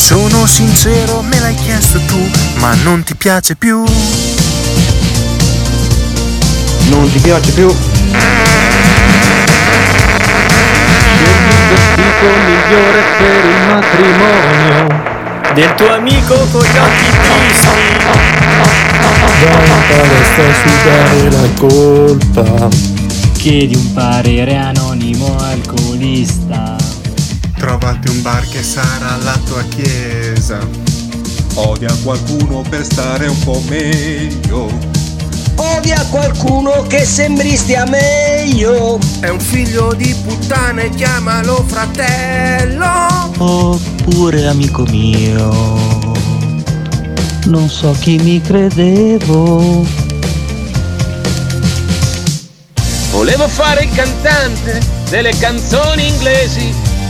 Sono sincero, me l'hai chiesto tu, ma non ti piace più. Non ti piace più? migliore per il matrimonio del tuo amico con gli occhi fissi Vai in palestra a sudare la colpa chiedi un parere anonimo alcolista trovati un bar che sarà la tua chiesa odia qualcuno per stare un po' meglio odia qualcuno che sembri stia meglio. È un figlio di puttana e chiamalo fratello. Oppure amico mio. Non so chi mi credevo. Volevo fare il cantante delle canzoni inglesi,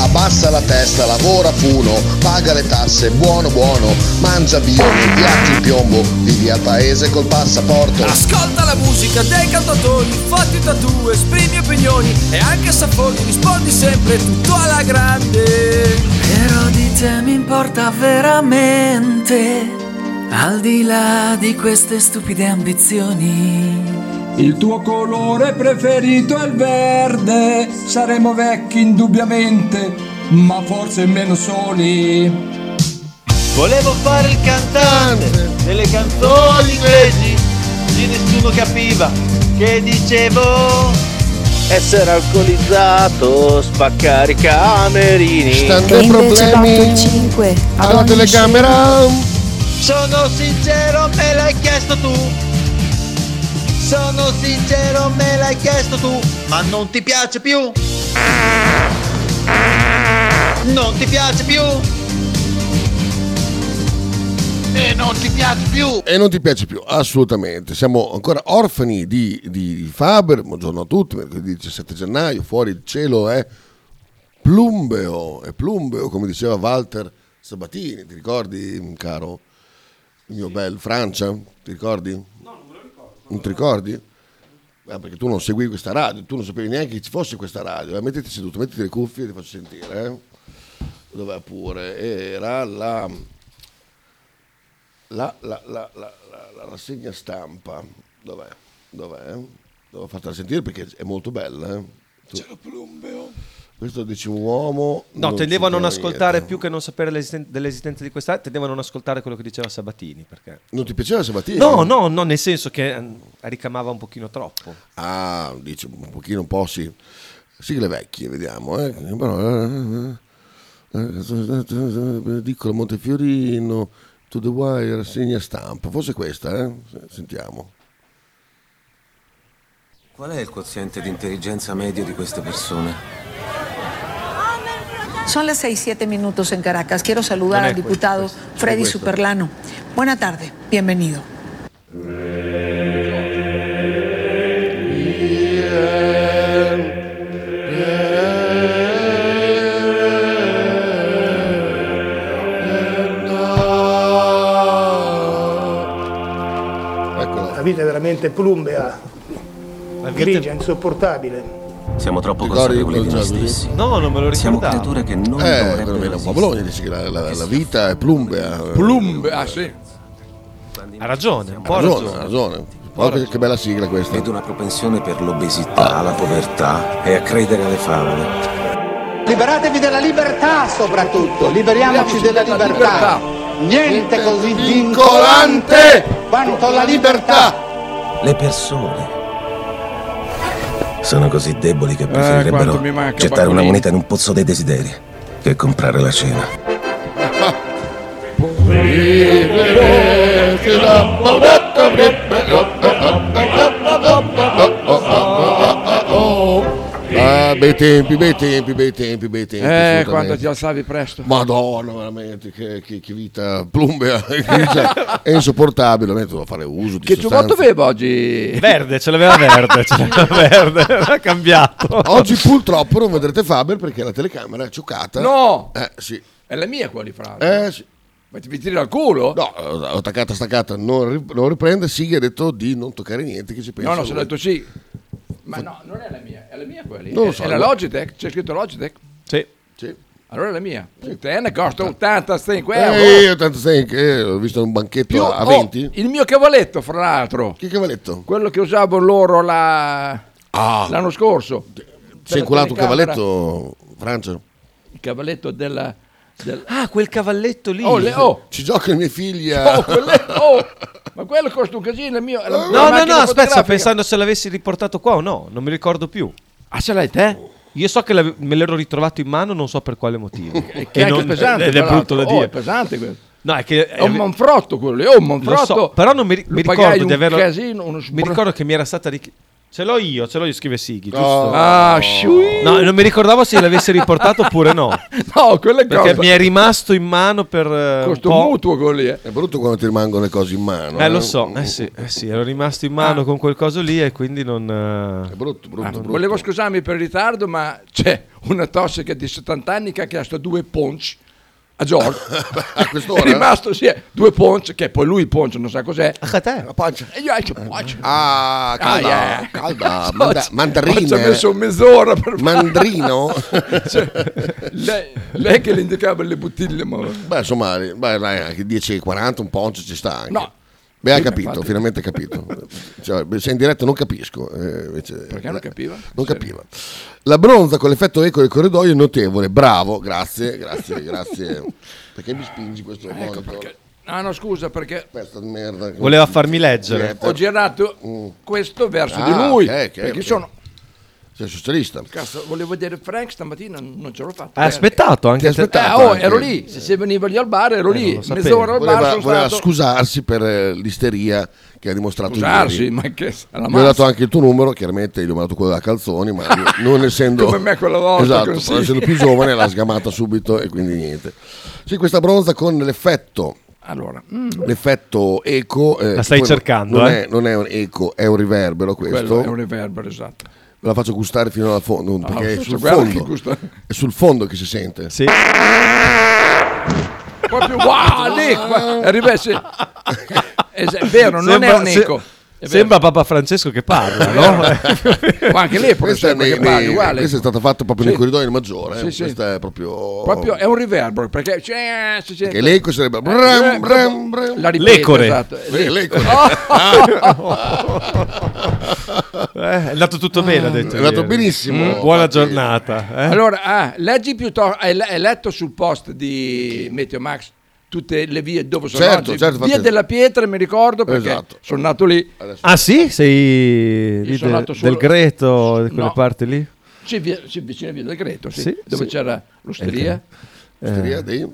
Abbassa la testa, lavora funo, paga le tasse, buono buono, mangia bio, nei piatti in piombo, vivi al paese col passaporto. Ascolta la musica dei cantatori, fatti tatu, esprimi opinioni e anche sapori, rispondi sempre tutto alla grande. Però di te mi importa veramente, al di là di queste stupide ambizioni. Il tuo colore preferito è il verde, saremo vecchi indubbiamente, ma forse meno soli. Volevo fare il cantante delle canzoni inglesi, così nessuno capiva che dicevo. Essere alcolizzato, spaccare i camerini. Stando ai problemi 5 alla telecamera. Sono sincero, me l'hai chiesto tu, sono sincero, me l'hai chiesto tu, ma non ti piace più. Non ti piace più. E non ti piace più. E non ti piace più, assolutamente. Siamo ancora orfani di, di Faber. Buongiorno a tutti, mercoledì 17 gennaio, fuori il cielo è plumbeo, è plumbeo, come diceva Walter Sabatini, ti ricordi, caro? Il mio bel Francia, ti ricordi? Non ti ricordi? Eh, perché tu non segui questa radio, tu non sapevi neanche che ci fosse questa radio. Eh? Mettiti seduto, mettiti le cuffie e ti faccio sentire. Eh? Dov'è pure? Era la, la, la, la, la rassegna stampa. Dov'è? Dov'è? Devo fartela sentire perché è molto bella. Eh? Tu... C'era Plumbeo. Questo dice un uomo. Certo. No, non tendeva a non ascoltare niente. più che non sapere dell'esistenza di questa, tendeva a non ascoltare quello che diceva Sabatini. Perché... Non ti piaceva Sabatini? No, no, no, nel senso che mm, ricamava un pochino troppo. Ah, dice un pochino, un po' sì. Sigle vecchie, vediamo. Eh. eh, Piccolo Montefiorino, To the Wire, rassegna stampa. Forse questa, eh? Sentiamo. Qual è il quoziente di intelligenza medio di queste persone? Son las 6-7 minutos en Caracas. Quiero saludar no al diputado pues, pues, Freddy pues, Superlano. Buena tarde, bienvenido. La vita è veramente plumbea, grigia, insopportabile. Siamo troppo consapevoli di noi stessi. No, non me lo ricordavo. Siamo creature che non eh, dovrebbero esistere. Un Bologna dice che la, la, Esatto. la, vita è plumbea. Plumbea, sì. Ha ragione, un po' ha ragione. Ha ragione. ragione. Che bella sigla questa. Ed una propensione per l'obesità, ah. la povertà e a credere alle favole. Liberatevi della libertà soprattutto, liberiamoci, liberiamoci della, della libertà. libertà. Niente, Niente così vincolante quanto la libertà. Le persone sono così deboli che preferirebbero eh, manca, gettare Pacolini. una moneta in un pozzo dei desideri che comprare la cena. Ah, bei tempi, bei tempi, bei tempi, bei tempi. Eh, assolutamente. quando ti alzavi presto. Madonna, veramente, che, che- che vita plumbea, cioè, è insopportabile, veramente devo fare uso di Che giocotto aveva oggi? Verde, ce l'aveva verde, ce l'aveva verde, era cambiato. Oggi purtroppo non vedrete Faber perché la telecamera è giocata. No! Eh sì. È la mia quella di Franco. Eh sì. Ma ti mi tiri dal culo? No, ho attaccata, staccata, non, ri- non riprende. Sighi ha detto di non toccare niente, che ci pensa. no, no, se l'ho lui. detto sì. Ma no, non è la mia, è la mia quella lì. Non lo È- so, è la io- Logitech, c'è scritto Logitech. Sì. Sì. Allora è la mia. Puttana, costa 85 euro. Eh, io tanto sai che ho visto un banchetto oh. Più- a oh, 20. il mio cavaletto, fra l'altro. Che cavaletto? Quello che usavo loro la- Ah. l'anno scorso. Si è inculato un cavalletto, Francia? Il cavalletto della... del- Ah, quel cavalletto lì. Oh, le- oh. Ci giocano i miei figli a... Oh, quelle- oh, ma quello costa un casino, il mio... la- la No, macchina no, no, aspetta, fotografica. sto pensando se l'avessi riportato qua o no, non mi ricordo più. Ah, ce l'hai te? Io so che l'ave- me l'ero ritrovato in mano, non so per quale motivo. Che è E non- anche pesante. Ed è tra brutto da l'altro. Oh, dire. è pesante quello. No, è che È un manfrotto quello lì, è un manfrotto. Lo so, però non mi, ri- Lo mi pagai ricordo di un averlo. casino, uno sbr- mi ricordo che mi era stata richi- Ce l'ho io, ce l'ho io, scrive Sighi, giusto? Ah, sciui. No, non mi ricordavo se l'avessi riportato oppure no. No, quello è Perché cosa. mi è rimasto in mano per. eh, un Costa po'. un mutuo quello lì. eh. È brutto quando ti rimangono le cose in mano. Eh, lo so, eh sì, eh sì, ero rimasto in mano Ah. con quel coso lì e quindi non. eh, È brutto, brutto, brutto. Volevo scusarmi per il ritardo, ma c'è una tossica di 70 anni che ha chiesto due punch a Giorgio. a è quest'ora? rimasto, sì, due punch, che poi lui il punch non sa cos'è. A te? La pancia. E io anche punch. Ah, calda, Ah, yeah. calda. Oggi- Manda- oggi mandarino. Ci ha messo mezz'ora per Cioè, Mandrino? lei, lei che le indicava le bottiglie, ma... Beh, insomma, beh, dai, anche 10,40, un poncio ci sta anche. No. Beh, ha Sì, capito, infatti. finalmente ha capito. Cioè, beh, se in diretta non capisco. eh, invece- Perché non capiva? Non capiva. La bronza con l'effetto eco del corridoio è notevole. Bravo, grazie, grazie, grazie. Perché mi spingi questo Ecco monitor? Ah no, scusa, perché Questa merda. che- Voleva farmi leggere. Diretta. ho girato questo verso di Mm. Ah, lui. ok, ok, perché ok. sono... Sei socialista. Cazzo, volevo vedere Frank stamattina, non ce l'ho fatta. Hai aspettato anche Ti te- Eh, aspettavo. Eh, aspettato oh, anche. ero lì, se, se veniva lì al bar ero lì, lo sapevo. mezz'ora al bar Voleva, sono voleva stato... scusarsi per eh, l'isteria che ha dimostrato Scusarsi, ieri. ma che... alla Mi ho dato mazza. anche il tuo numero, chiaramente gli ho mandato quello da calzoni, ma io, non essendo, Come me quella volta, esatto, così. non essendo più giovane l'ha sgamata subito e quindi niente. Sì, questa bronza con l'effetto, Allora, mm. l'effetto eco. eh, La stai che poi cercando, non, eh? è, non è un eco, è un riverbero questo. quello è un riverbero, esatto. Ve la faccio gustare fino al fondo, perché è questo sul guarda che fondo, gusto. è sul fondo che si sente. Sì. Proprio, wow, lì, qua, è rive- sì. Es- è vero, non Sembra- è un eco. se- Sembra Papa Francesco che parla, no? Ma anche lì è proprio Questa è, sempre nei- che parli, nei- uguale. questa è stata fatta proprio nel Sì. corridoio del maggiore. eh. Sì, sì. Questa è proprio. Proprio è un riverbero, perché... C'è, c'è, c'è- Che l'eco sarebbe. Eh, Bram, bram, bram. La ripeto, L'ecore. esatto, è lì. Oh. Eh, l'eco. Eh, è andato tutto bene, ha detto. Ah, È andato ieri. benissimo. Mm, buona Infatti- giornata. eh. Allora, ah, leggi piuttosto, hai, le- hai letto sul post di Meteo Max tutte le vie dove sono Certo, oggi? certo, Via infatti- della Pietra, mi ricordo, perché Esatto. sono nato lì. Ah sì? Sei lì sono de- nato solo- del Greto, di quelle No. parti lì? Sì, via, sì, vicino a Via del Greto, sì, Sì, dove sì. Ecco. Eh. c'era l'osteria. Osteria dei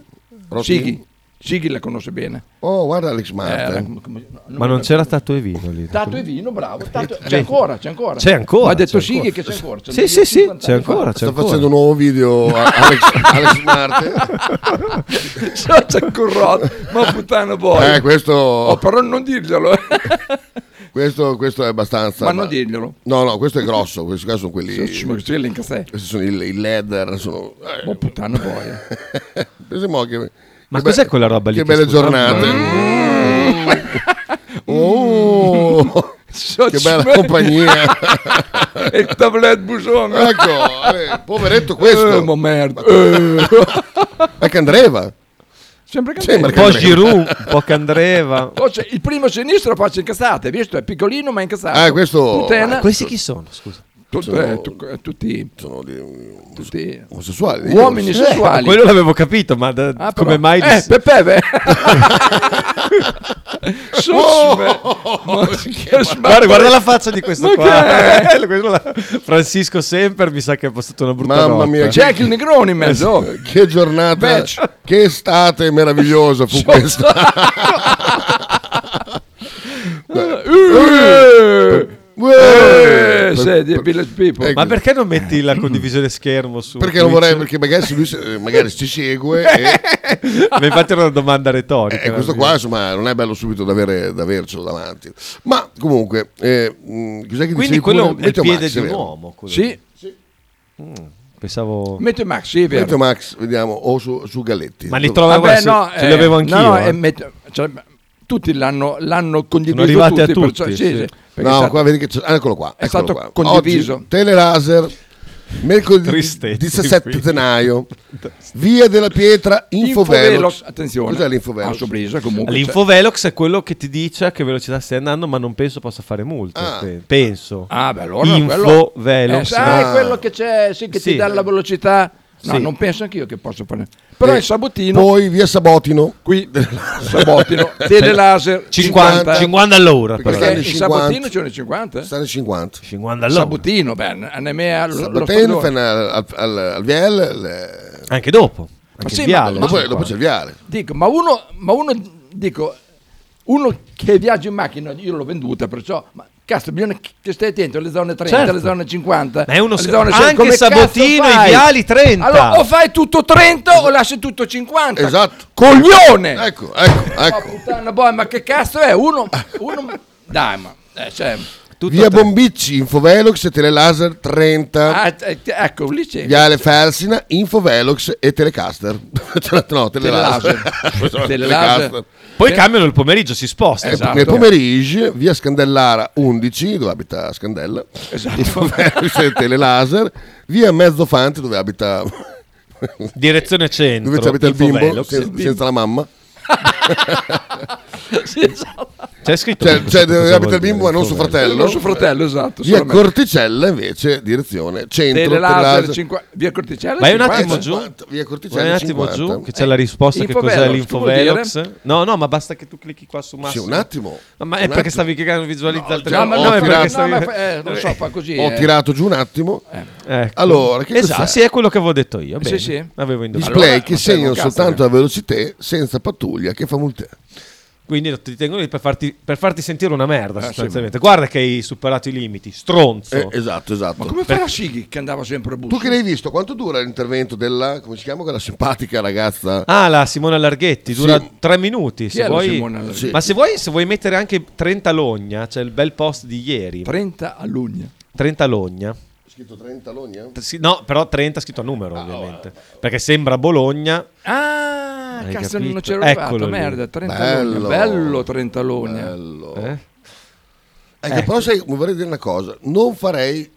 Rosini. Sighi, Sighi la conosce bene. Oh, guarda Alex Eh, Marta. come- come- no, Ma non c'era Tatto e Vino lì? Tato e vino, bravo. Tato- c'è ancora, c'è ancora. C'è ancora, Ma ha detto c'è Sighi ancora. che c'è ancora. c'è Sì, degli sì, sì, 50 c'è anni fa. ancora, c'è Sta ancora. facendo un nuovo video a Alex, Alex Marte. C'è c'è corrotto, ma puttana boia. Eh, questo, Oh, però non dirglielo. questo, questo è abbastanza. ma non dirglielo. No, no, questo è grosso. Questi qua sono quelli. Sì, ma sì, link a sé. Questi sono i, i leather. Sono. eh, Ma Boh, puttana boia. pensi mo che- Ma che cos'è be- quella roba lì Che che Mm. belle ascoltavo? giornate. Oh, che bella compagnia. E il tablet busone. ecco, eh, poveretto Eh, ma questo. oh, merda. Eh. È Candreva. Sembra che Sembra Un po' Giroud, un po' Candreva. Oh, cioè, il primo sinistro faccia incazzate, hai visto? È piccolino ma incazzato. Ah, questo- Putena, Questi chi sono? Scusa. tu- eh, tu- eh, tutti, Sono di- tutti omosessuali. uomini dicono. sessuali. Eh, Quello l'avevo capito, ma da- Ah, però- come mai... Eh, Pepe, beh. Su, Oh! ma- che sbaglio. Guarda, guarda la faccia di questo Ma qua. Eh, quello là. Francisco Semper mi sa che ha passato una brutta Mamma notte. Eh, mia, C'è anche il Negroni in mezzo. oh. Eh, Che giornata, Match. che estate meravigliosa fu questa. Eh, Eh, Uè! Eh, sì, di Village People. Ma perché non metti la condivisione schermo su ecco. Eh, Perché non Twitch? vorrei, perché magari se lui se- magari ci segue e, Ma infatti era una domanda retorica. eh. e Eh, questo qua insomma non è bello subito da, avere, da avercelo davanti. Ma comunque, eh, mh, cos'è che Quindi dicevi quello pure? è il Meteo piede Max, di un vero? uomo, quello. Sì. Pensavo... Meteo Max, sì, è vero. Meteo Max, vediamo, o su, su Galletti. Ma li trova- guarda, se- ce li avevo anch'io, no, eh. è Meteo- cioè, tutti l'hanno, l'hanno condiviso. Sono arrivati a tutti, perciò- tutti, sì, sì. sì, perché No, sa- qua vedi che c'è- ecco, eccolo qua. È eccolo stato qua. condiviso. Oggi, Teleraser, mercoledì 17 gennaio, Via della Pietra, Infovelox. Infovelox, attenzione. Cos'è l'Infovelox? Ah, sorpresa, comunque. L'infovelox è quello che ti dice a che velocità stai andando, ma non penso possa fare molto. pe- Penso. Ah, beh, allora quello- Eh, Infovelox. sai, no? quello che c'è, sì, che Sì. ti dà la velocità. No, Sì. non penso anch'io che posso fare. Però Eh, il sabotino, Poi via Sabotino. Qui Sabotino, telelaser 50, 50 all'ora, Perché, però. il sabotino c'è un 50? Stanno 50. 50 Il all'ora. Sabotino, beh, anemia lo, lo Sabotino, stradone. fino al, al, al VL. le- Anche dopo. Ma sì, ma- ma- dopo, dopo c'è il viale. Dico, ma uno, ma uno, dico, uno che viaggia in macchina, io l'ho venduta, perciò, ma cazzo, bisogna che stai attento alle zone 30, Certo. alle zone 50. Ma è uno alle sa- zone sei- anche come cazzo Sabotino, i fai? viali 30. Allora, o fai tutto 30 o lasci tutto 50. Esatto. Coglione! Ecco, ecco, Ma ecco. puttana boia, ma che cazzo è? Uno, uno dai, ma, eh, cioè, via Bombicci, Infovelox e Telelaser 30. ah, eh, ecco, lì c'è. Viale Felsina, Infovelox e Telecaster. Cioè, no, Telelaser. Telelaser. Ah, Telecaster. Poi cambiano il pomeriggio, si sposta. Esatto. Eh, esatto. Nel pomeriggio, via Scandellara 11, dove abita Scandella, Esatto. Infovelox e Telelaser, via Mezzofante, dove abita, Direzione centro. dove ci abita il bimbo, Infovelox. sen- senza la mamma. esatto. C'è scritto Cioè, tutto cioè, sotto dove cosa abita il vuol bimbo, ma dire, non suo fratello. Non suo fratello, esatto, Via solamente. Corticella, invece, direzione centro. Telelaser Telelaser. 50, via Corticella Vai un 50. attimo giù, via vai un attimo 50. giù, che c'è la risposta che cos'è Infovelox, che vuol l'infovelox. dire? No, no, ma basta che tu clicchi qua su Massimo. Sì, un attimo. No, ma Un è perché attimo. stavi clicando visualizza il No, ma telefono. no, è no, perché no, stavi- ma fa- eh, non so, fa così. Ho eh. tirato giù un attimo. Ecco. Allora, che esatto, cos'è? sì, è quello che avevo detto Eh, io. Sì, Bene, sì. Avevo indovinato. Display Allora, che ma sei segnano un cazzo, soltanto eh. la velocità senza pattuglia che fa multe. Quindi ti tengono lì per farti, per farti sentire una merda sì, sostanzialmente. Guarda che hai superato i limiti, stronzo. Eh, esatto, esatto. Ma come farà Sighi che andava sempre a bus? Tu che l'hai visto, quanto dura l'intervento della, come si chiama quella simpatica ragazza? Ah, la Simona Larghetti dura Sì. tre minuti. Chi se è la vuoi- Simona Larghetti? Ma se vuoi, se vuoi mettere anche 30 Logna, c'è il bel post di ieri. 30 a Lugna. 30 Logna. Ho scritto 30 Logna? T- sì, no, però 30 scritto a numero, ovviamente. Perché sembra Bologna. Ah, Hai cazzo, capito? non c'ero arrivato. Eccolo lì. Merda, 30 Bello. Logna. Bello 30 Logna. Bello. Eh? Ecco, però sai, mi vorrei dire una cosa, non farei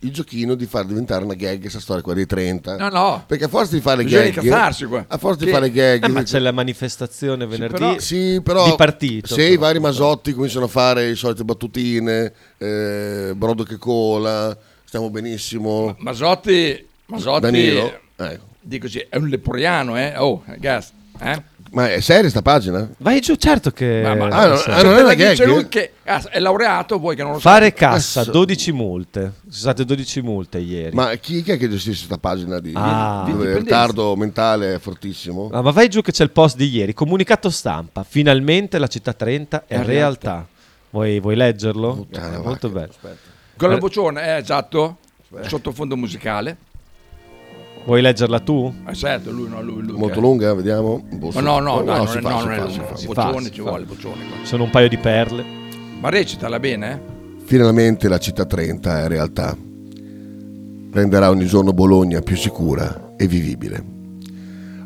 il giochino di far diventare una gag questa storia qua dei 30. No, no. Perché a forza di fare Bisogna gag, incazzarsi qua. a forza di Che- fare gag, Eh, ma c'è la manifestazione venerdì però- sì, però di partito. se i vari masotti cominciano a fare le solite battutine, eh, brodo che cola, stiamo benissimo. Masotti, Masotti Danilo, ecco. dico sì, è un leporiano, eh? Oh, ragazzi, eh? Ma è seria sta pagina? Vai giù, certo che... Ma- ma- Ah, no, Sì. ah, non è una Dice gag? lui che ah, è laureato, vuoi che non lo Fare sappia? cassa, Cazzo. 12 multe. Sono state 12 multe ieri. Ma chi, chi è che gestisce questa pagina di, Ah. dove il Dipendenza. ritardo mentale è fortissimo? Ah, ma vai giù che c'è il post di ieri. Comunicato stampa. Finalmente la città 30 è È realtà. realtà. Vuoi, vuoi leggerlo? Puttana Eh, Ah, vacca, molto bello. Con la Eh, boccione, eh, esatto. Eh. Sottofondo musicale. Vuoi leggerla tu? Eh, certo, lui no, lui, lui. Molto eh. lunga, vediamo. Boh, Ma si- no, no, oh, dai, non, si è- fa, no, si non è fa, si lunga. fa. Boccione si ci fa. vuole, boccione. qua. Sono un paio di perle. Ma recitala bene, eh? Finalmente la città 30 è realtà. Renderà ogni giorno Bologna più sicura e vivibile.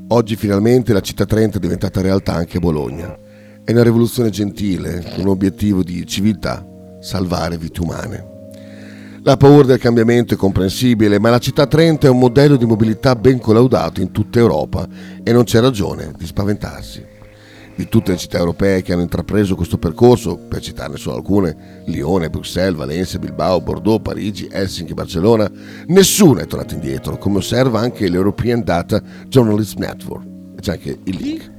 Oggi finalmente la città 30 è diventata realtà anche a Bologna. È una rivoluzione gentile, con l'obiettivo di civiltà, salvare vite umane. La paura del cambiamento è comprensibile, ma la città 30 è un modello di mobilità ben collaudato in tutta Europa e non c'è ragione di spaventarsi. Di tutte le città europee che hanno intrapreso questo percorso, per citarne solo alcune, Lione, Bruxelles, Valencia, Bilbao, Bordeaux, Parigi, Helsinki, Barcellona, nessuna è tornata indietro, come osserva anche l'European Data Journalist Network. E C'è anche il link.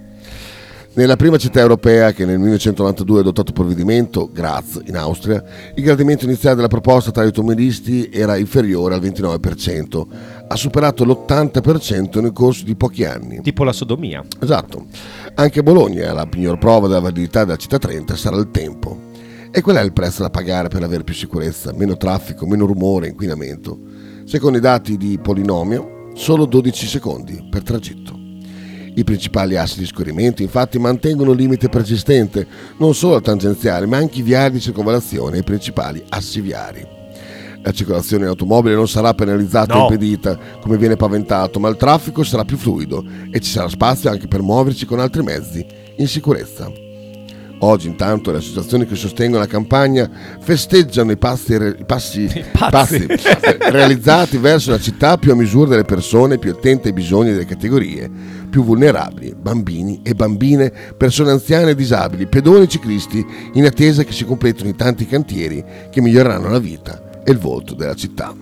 Nella prima città europea che nel 1992 ha adottato il provvedimento, Graz, in Austria, il gradimento iniziale della proposta tra gli automobilisti era inferiore al 29%, ha superato l'80% nel corso di pochi anni. Tipo la sodomia. Esatto. Anche a Bologna la miglior prova della validità della città 30 sarà il tempo. E qual è il prezzo da pagare per avere più sicurezza, meno traffico, meno rumore, inquinamento? Secondo i dati di Polinomio, solo 12 secondi per tragitto. I principali assi di scorrimento infatti mantengono il limite persistente, non solo al tangenziale, ma anche i viari di circonvalazione e i principali assi viari. La circolazione in automobile non sarà penalizzata No. o impedita, come viene paventato, ma il traffico sarà più fluido e ci sarà spazio anche per muoverci con altri mezzi in sicurezza. Oggi intanto le associazioni che sostengono la campagna festeggiano i passi, i passi- pazzi. passi eh, realizzati verso la città più a misura delle persone, più attente ai bisogni delle categorie più vulnerabili, bambini e bambine, persone anziane e disabili, pedoni e ciclisti, in attesa che si completino i tanti cantieri che miglioreranno la vita e il volto della città.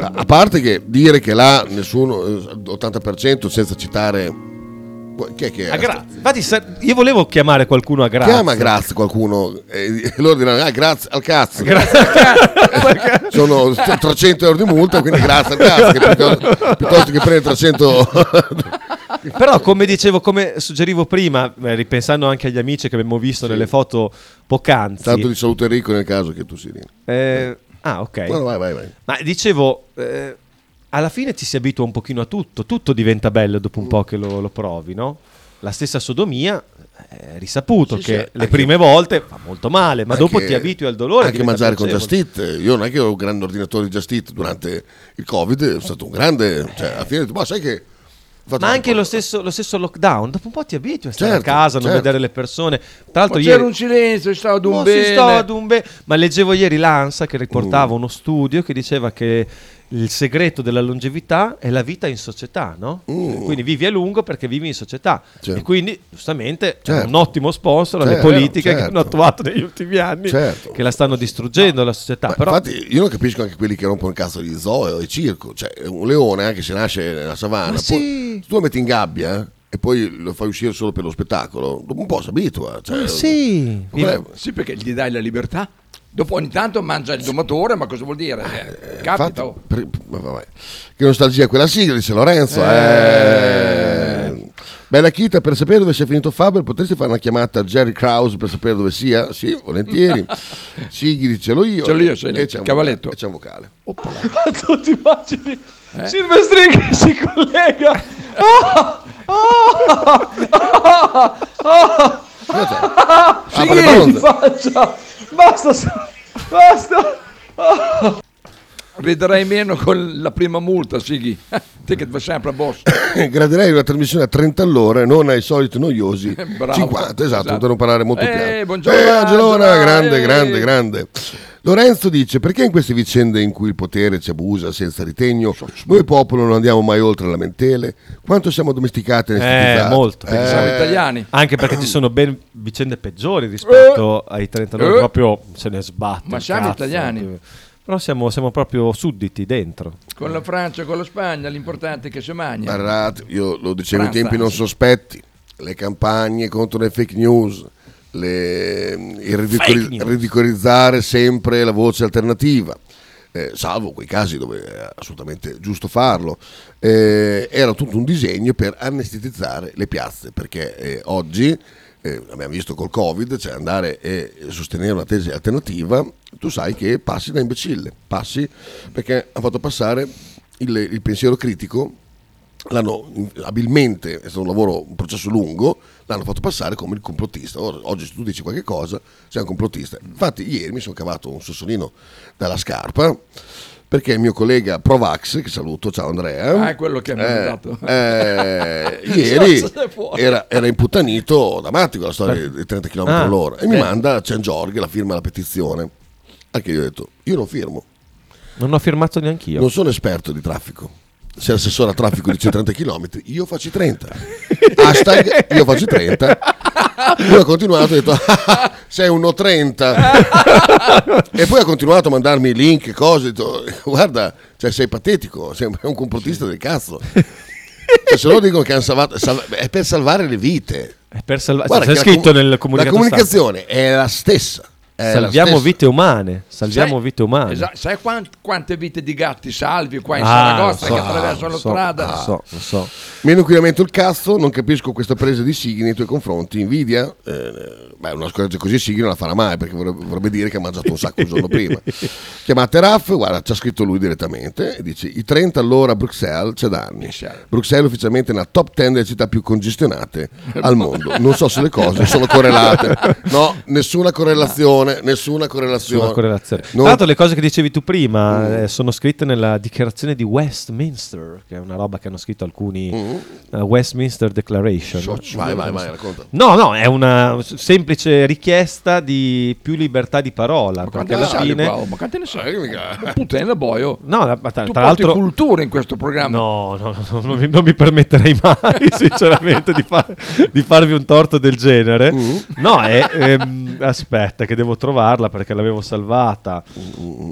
A a parte che dire che là nessuno, eh, 80% senza citare... boh, Chi è che è? A Gra- Infatti, sa- io volevo chiamare qualcuno a Grazia. Chiama Graz qualcuno e loro diranno ah grazie al cazzo sono t- 300 euro di multa quindi grazie al cazzo che piuttosto, piuttosto che prendere 300 Però, come dicevo, come suggerivo prima, eh, ripensando anche agli amici che abbiamo visto nelle foto poc'anzi. tanto di saluto Enrico nel caso che tu si rientri Eh, ah, ok. No, no, vai, vai, vai. Ma dicevo, eh, alla fine ci si abitua un pochino a tutto, tutto diventa bello dopo Mm. un po' che lo, lo provi, no? La stessa sodomia eh, è risaputo Sì, sì, che anche- le prime volte fa molto male, ma dopo Anche- ti abitui al dolore. anche diventa mangiare con piacevole. Just Eat io non è che ero un grande ordinatore di Just Eat durante il covid è stato un grande cioè alla fine ho detto, ma sai che Ma anche lo stesso, lo stesso lockdown, dopo un po' ti abitui a stare Certo, a casa, a non certo. vedere le persone. Tra l'altro, Ma ieri, c'era un silenzio, stava ad un Ma Boh, si bene. sta ad un be- Ma leggevo ieri l'ANSA che riportava uno studio che diceva che il segreto della longevità è la vita in società, no? Quindi vivi a lungo perché vivi in società. E quindi, giustamente, Certo. è un ottimo sponsor alle Certo, politiche certo. che hanno attuato negli ultimi anni, Certo. che la stanno distruggendo la società. Però Infatti, eh, io non capisco anche quelli che rompono il cazzo di zoo e circo. Cioè, un leone, anche se nasce nella savana, Ma poi, se tu lo metti in gabbia eh, e poi lo fai uscire solo per lo spettacolo, dopo un po' si abitua. Cioè, Quella- Sì, perché gli dai la libertà. Dopo ogni tanto mangia il domatore, ma cosa vuol dire? Eh, infatti, Capita. oh. per- ma vabbè. Che nostalgia quella sigla, dice Lorenzo. eh. Bella chita, per sapere dove sia finito Faber, potresti fare una chiamata a Jerry Krause per sapere dove sia? Sì, volentieri. Sigli, ce l'ho io. Ce l'ho io, ce l'ho io. E c'è un- Cavalletto. e c'è un vocale. Tanto ti immagini Eh? Silvestri che si collega. Ah! Ah! Ah! Ah! Ah! Sì, apre bronzo. faccia. Basta, basta. Ah! Riderai meno con la prima multa, Sighi. Te che ti va sempre a boss. Eh, Gradirei una trasmissione a 30 all'ora, non ai soliti noiosi. Eh, Bravo. 50, esatto, Esatto. per non parlare molto Eh, piano. buongiorno, eh, Angelona, Angela, grande, eh. grande, grande. Lorenzo dice: Perché in queste vicende in cui il potere ci abusa senza ritegno, noi popolo non andiamo mai oltre le lamentele? Quanto siamo domesticati e Eh, anestetizzati? molto. Eh, Anche perché ci sono ben vicende peggiori rispetto ai 39, Eh. proprio se ne sbatte. Ma il siamo cazzo. italiani. Però siamo, siamo proprio sudditi dentro. Con la Francia, con la Spagna, l'importante è che si mangia. Guardate, io lo dicevo in Franza, tempi non anzi. sospetti, le campagne contro le fake news, le- il ridicoli- Fake news. ridicolizzare sempre la voce alternativa, eh, salvo quei casi dove è assolutamente giusto farlo, eh, era tutto un disegno per anestetizzare le piazze, perché eh, oggi, eh, abbiamo visto col Covid, cioè andare e sostenere una tesi alternativa, tu sai che passi da imbecille, passi perché ha fatto passare il- il pensiero critico l'hanno in- abilmente, è stato un lavoro, un processo lungo, l'hanno fatto passare come il complottista. Ora, oggi se tu dici qualche cosa sei un complottista. Infatti ieri mi sono cavato un sassolino dalla scarpa perché il mio collega Provax, che saluto, ciao Andrea. Ah, è quello che mi ha eh, mandato. eh, Non ieri so se è fuori. era, era imputanito da Matti con la storia dei 30 km Ah, all'ora e mi eh. manda Gian Giorgio la firma della petizione. Anche io ho detto, io non firmo. Non ho firmato neanch'io. Non sono esperto di traffico. Se l'assessore a traffico dice 30 km, io faccio i 30. Hashtag io faccio i 30. Lui ha continuato e ha detto "Ah, sei uno 30. e poi ha continuato a mandarmi link, cose. Ho detto, guarda, cioè, sei patetico, sei un complottista del cazzo. Cioè, se loro dicono che hanno salvato, sal- è per salvare le vite. È per salvare. Guarda c'è che la scritto comu- nel comunicato. La comunicazione è la stessa. è salviamo eh, la stessa. vite umane, salviamo Sai- vite umane. Esa- Esatto. sai quant- quante vite di gatti salvi qua in Ah, Saragossa lo che so, attraversano lo la so, ah, strada? lo so, lo so. Meno inquinamento il cazzo, non capisco questa presa di Sighi nei tuoi confronti. Invidia, eh, beh, una scorreggia così Sighi non la farà mai perché vorrebbe, vorrebbe dire che ha mangiato un sacco il giorno prima. Chiamate Raff, guarda, c'ha scritto lui direttamente e dice i 30 all'ora a Bruxelles c'è da anni. Bruxelles è ufficialmente è una top 10 delle città più congestionate al mondo. Non so se le cose sono correlate. No, nessuna correlazione, nessuna correlazione. Nessuna correlazione. Eh, Non- Mm. Tra l'altro, le cose che dicevi tu prima eh, sono scritte nella dichiarazione di Westminster, che è una roba che hanno scritto alcuni. eh, Westminster Declaration. So- Mm. vai, vai, vai, racconta. No, no, è una s- semplice richiesta di più libertà di parola. Quante Perché ne alla sai fine. qua? oh, Ma quante ne sai? Puttana boio. No, la- ma tra, Tu tra porti l'altro. cultura in questo programma. No, no, no, non mi, non mi permetterei mai, sinceramente, di, far- di farvi un torto del genere. Uh. No, è, ehm, aspetta, che devo trovarla perché l'avevo salvata.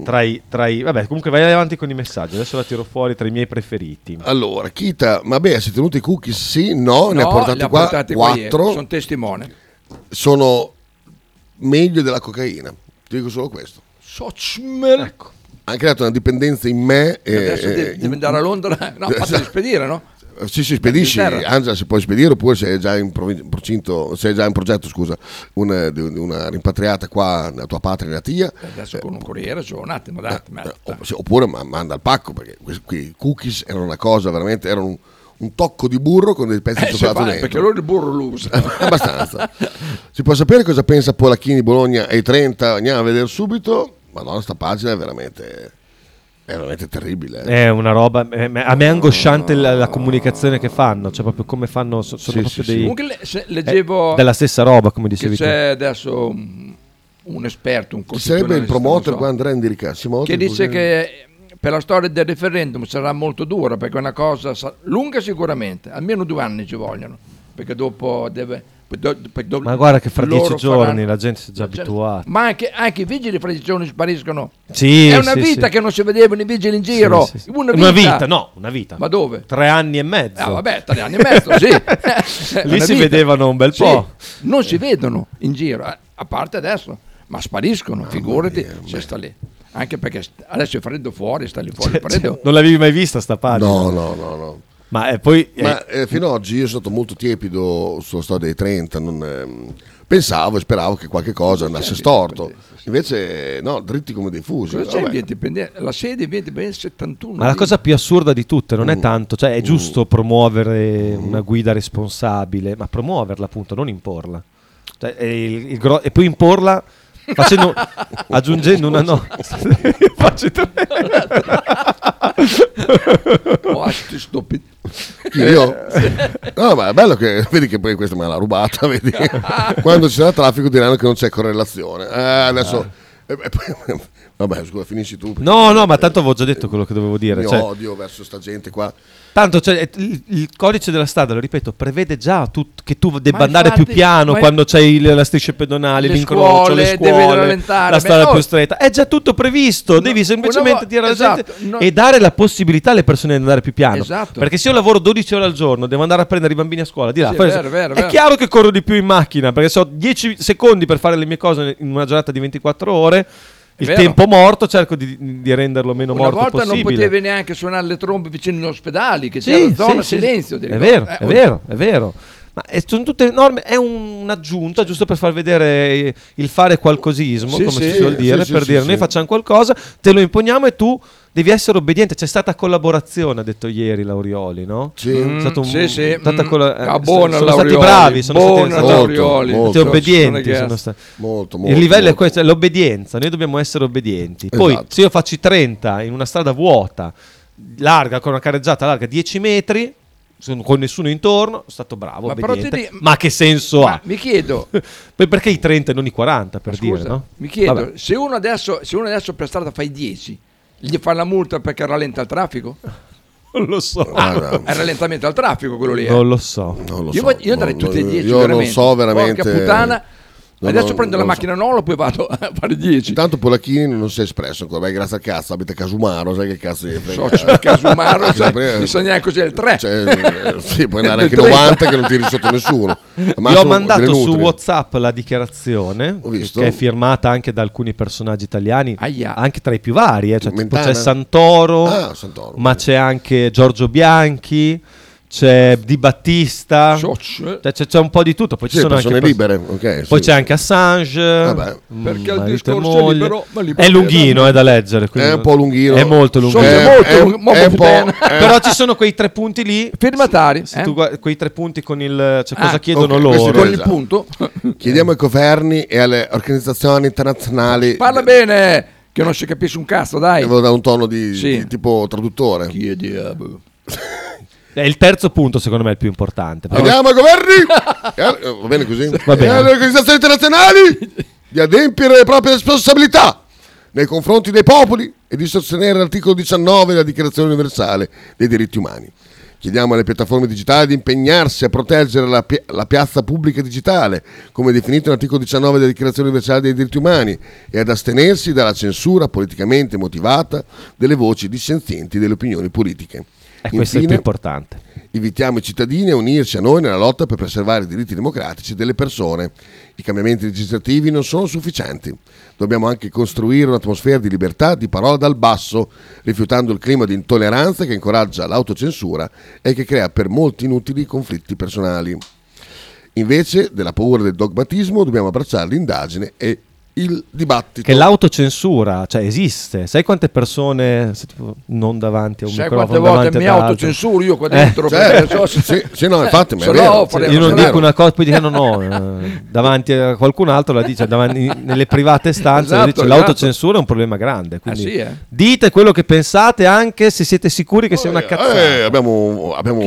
Tra i, tra i- Vabbè, comunque vai avanti con i messaggi. Adesso la tiro fuori tra i miei preferiti. Allora, Kita, ma beh, si è tenuto i cookies? Sì, no, ne ha No, portati li ha qua portati qua ieri, 4. sono testimone. Sono meglio della cocaina, ti dico solo questo. Sochmel. Ecco. Ha creato una dipendenza in me. E Eh, adesso devi, devi andare a Londra. No, fatti spedire, no? Eh, Sì, sì, spedisci, Inghilterra. Angela, se puoi spedire oppure se è già in, provin- in procinto, se è già in progetto, scusa, una, di- di una rimpatriata qua nella tua patria, nella tia, Adesso con un corriere, cioè, un attimo, Eh, dai, ma- o- se- oppure ma- manda il pacco, perché que- quei cookies erano una cosa veramente, erano un, un tocco di burro con dei pezzi Eh, di se cioccolato vai, dentro. perché loro il burro lo usa. Eh, Abbastanza. Si può sapere cosa pensa Polacchini Bologna ai 30? Andiamo a vedere subito. Madonna, sta pagina è veramente, è veramente terribile. eh. È una roba. eh, me- A me è angosciante la, la comunicazione che fanno. Cioè, proprio come fanno. so- Sono Sì, proprio sì, sì. dei. Comunque le- se- leggevo eh, della stessa roba, come che dicevi tu. c'è adesso un, un esperto, un Chi sarebbe il costituzionalista, promoter non so, qua Andrea Indirica? Simotti, che dice così? che eh, per la storia del referendum sarà molto dura perché è una cosa sa- lunga sicuramente, almeno due anni ci vogliono, perché dopo deve... do- perché do- Ma guarda che fra loro dieci giorni faranno- cioè, certo. la gente si è già abituata. Ma anche, anche i vigili fra dieci giorni spariscono. Sì, è una sì, vita sì. che non si vedevano i vigili in giro. Sì, sì, sì. Una, vita. Una vita, no, una vita. Ma dove? Tre anni e mezzo. Ah, vabbè, tre anni e mezzo, sì. Lì Una si vita. vedevano un bel Cioè, Sì, po'. Non si vedono in giro, a a parte adesso, ma spariscono, figurati se sta lì. Anche perché st- adesso è freddo fuori, sta lì fuori il freddo. Non l'avevi mai vista sta pagina? No, no, no, no. Ma eh, poi eh, Ma eh, fino ad oggi io sono stato molto tiepido sulla storia dei 30, non, ehm, pensavo e speravo che qualche cosa andasse storto, invece no, dritti come dei fusi. Cosa c'è in Vabbè. via Dipendenza? La sede in via Dipendenza 71. Ma la cosa più assurda di tutte non Mm. è tanto, cioè è giusto promuovere una guida responsabile, ma promuoverla appunto, non imporla. Cioè, e, il- il gro- e poi imporla facendo, aggiungendo una no. Faccio tre. What is stupid? Chi, Io? Eh, No, ma è bello che vedi che poi questa me l'ha rubata, vedi? Quando ci sarà traffico diranno che non c'è correlazione. Eh, adesso Ah. eh, eh, poi- vabbè, scusa, finisci tu. perché No, no, ma tanto avevo già detto quello che dovevo dire. Mi cioè, odio verso sta gente qua. Tanto cioè, eh, il, il codice della strada, lo ripeto, prevede già tut- che tu debba Ma andare infatti- più piano ma- quando c'è il- la striscia pedonale, Le l'incrocio, le scuole, devi scuole, rallentare. la Beh, strada oh. più stretta. È già tutto previsto, devi semplicemente vo- dire alla esatto, gente no- e dare la possibilità alle persone di andare più piano. Esatto. Perché se io lavoro 12 ore al giorno, devo andare a prendere i bambini a scuola, di là, Sì, è fare- vero, vero, è vero. chiaro che corro di più in macchina, perché so 10 secondi per fare le mie cose in una giornata di 24 ore. Il vero. tempo morto cerco di, di renderlo meno Una morto volta possibile. non potevi neanche suonare le trombe vicino agli ospedali, che Sì, c'era sì, zona sì, silenzio. ti È ricordi? vero, Eh, è oh, vero, è vero. Ma eh, sono tutte norme, è un'aggiunta giusto per far vedere eh, il fare qualcosismo, Sì, come sì, si suol dire, sì, sì, per sì, dire sì. noi facciamo qualcosa, te lo imponiamo e tu devi essere obbediente. C'è stata collaborazione, ha detto ieri Laurioli, no? Sì. È stato un- Sì, sì, tanta mm. colla- eh, Ah, buona sono stati Laurioli, bravi, sono buona stati sono Laurioli. stati Molto, sono obbedienti. ghest. sono stati- Molto, il molto, livello è molto. questo, è l'obbedienza, noi dobbiamo essere obbedienti. Poi Esatto. se io faccio i 30 in una strada vuota, larga, con una carreggiata larga 10 metri, sono- con nessuno intorno, sono stato bravo, Ma però obbediente. ti di- ma che senso Ma ha? mi chiedo, Poi perché i 30 e non i 40, per dire, scusa, no? mi chiedo Vabbè. se uno, adesso, se uno adesso per strada fa i 10, gli fa la multa perché rallenta il traffico? Non lo so. Guarda. È rallentamento al traffico quello lì. eh. Non lo so. Non lo Io so, voglio- io andrei non- tutti e dieci, Io non veramente. so veramente. Porca puttana, No, Adesso no, prendo non la lo macchina Nolo, poi vado a fare 10. Intanto Polacchini non si è espresso ancora, beh, grazie al cazzo, abita a Casumaro, sai che cazzo gli frega. Socio di Casumaro, Eh, sai, prima- non sa neanche cos'è il 3. Cioè, eh, sì, puoi andare anche Del 90 30. che non tiri sotto nessuno. Gli ho mandato su WhatsApp la dichiarazione visto. che è firmata anche da alcuni personaggi italiani, Aia. anche tra i più vari. eh, cioè, tipo Mentana? c'è Santoro, Ah, Santoro, ma c'è anche Giorgio Bianchi, c'è Di Battista, Socio. cioè, c'è, c'è un po' di tutto. Poi ci Sì, sono anche persone pers- libere, ok, poi sì. c'è anche Assange, Vabbè. mm, Perché il marito e discorso è moglie. libero, ma libero è lunghino era. è da leggere, quindi È un po' lunghino. è molto lunghino. Sono molto È- lungo- è un po'- eh. però ci sono quei tre punti lì firmatari. se tu guardi- quei tre punti con il cioè cosa Ah, chiedono ok, questo loro è esatto. Chiediamo ai governi e alle organizzazioni internazionali. Parla bene, che non si capisce un cazzo, dai. Devo dare un tono di, Sì. di tipo traduttore. Chiediamo. È il terzo punto, secondo me, è il più importante. Però- ai governi e alle- eh, va bene così? Va bene. E alle organizzazioni internazionali di adempiere le proprie responsabilità nei confronti dei popoli e di sostenere l'articolo 19 della Dichiarazione Universale dei diritti umani. Chiediamo alle piattaforme digitali di impegnarsi a proteggere la, pi- la piazza pubblica digitale, come definito nell'articolo 19 della Dichiarazione Universale dei diritti umani, e ad astenersi dalla censura politicamente motivata delle voci dissenzienti delle opinioni politiche. Eh, questo è il Infine, più importante. Invitiamo i cittadini a unirsi a noi nella lotta per preservare i diritti democratici delle persone. I cambiamenti legislativi non sono sufficienti. Dobbiamo anche costruire un'atmosfera di libertà di parola dal basso, rifiutando il clima di intolleranza che incoraggia l'autocensura e che crea per molti inutili conflitti personali. Invece della paura del dogmatismo dobbiamo abbracciare l'indagine e il dibattito. Che l'autocensura, cioè, esiste. Sai quante persone, se tipo, non davanti a un Sai quante microfono, volte davanti mi ad altro. autocensuro io qua Eh. dentro? perché so- Se no, faremo- io non se no- dico una cosa, poi dicono no, eh, davanti a qualcun altro la dice, davanti, nelle private stanze la Esatto, dice, esatto. l'autocensura è un problema grande. Quindi sì, eh. Dite quello che pensate anche se siete sicuri che sia una cazzata. Eh, abbiamo, abbiamo- Chi?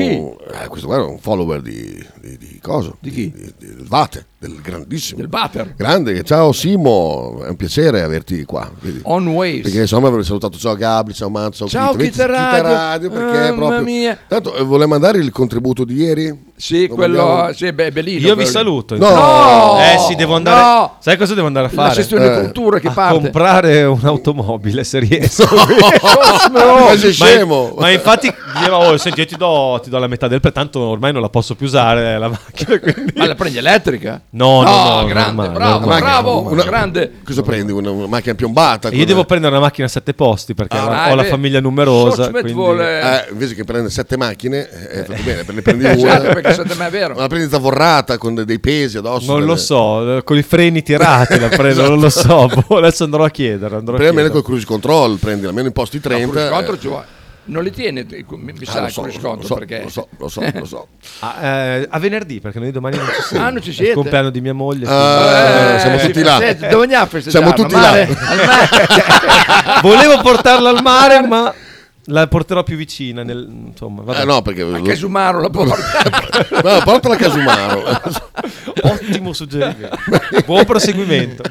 eh, questo qua è un follower di, di, di cosa? Di chi? del Vate, del grandissimo. Del Vater. Grande, ciao Simo, è un piacere averti qua. vedi. On Waves. Perché insomma avrei salutato ciao Gabri, ciao Manzo, Ciao Chita, Kita vedi, Radio. perché Mamma è proprio... mia. Tanto eh, volevo mandare il contributo di ieri? Sì, Lo quello vogliamo? sì, beh, bellino. Io vi quello. saluto. No! intanto. Eh sì, devo andare. No! Sai cosa devo andare a La fare? sessione Eh, di cultura che a parte. comprare un'automobile se riesco. No! Ma sei scemo. Ma, infatti diceva, "Oh, senti, io ti do, ti do la metà del prezzo, tanto ormai non la posso più usare eh, la macchina. Quindi... Ma la prendi elettrica? No, no, no, grande, normale, bravo, normale. bravo, Oh, Una- Oh, grande. Cosa prendi? Una, una macchina piombata? Io devo prendere una macchina a sette posti perché ho la- Ah, ho la beh, famiglia numerosa. Sochmet quindi- eh, vuole- Eh, invece che prendere sette macchine, eh, hai fatto bene, ne prendi Esatto, una. perché secondo me è vero. Ma la prendi zavorrata con de- dei pesi addosso. Non lo delle- Esatto. so, eh, con i freni tirati la prendo, non lo so. boh, adesso andrò a chiedere. Andrò a Prendi almeno chiedere. col cruise control, prendi almeno in posti No, 30. Cruscotto eh. ci vuole. Non li tiene, eh, mi mi Ah, sa, lo so, Cruscotto, lo so, perché... lo so, lo so, lo so. A, eh, a venerdì, perché noi domani non ci siamo. Ah, non ci È siete? Il compleanno di mia moglie. Eh, Ah, siamo tutti là. Senti, dove andiamo a festeggiare? Siamo tutti Al mare? là. Al mare? Volevo portarla al mare, ma la porterò più vicina. nel- insomma, vabbè. Eh, no, perché A Casumaro la porta. No, portala a Casumaro. Ottimo suggerimento. Buon proseguimento.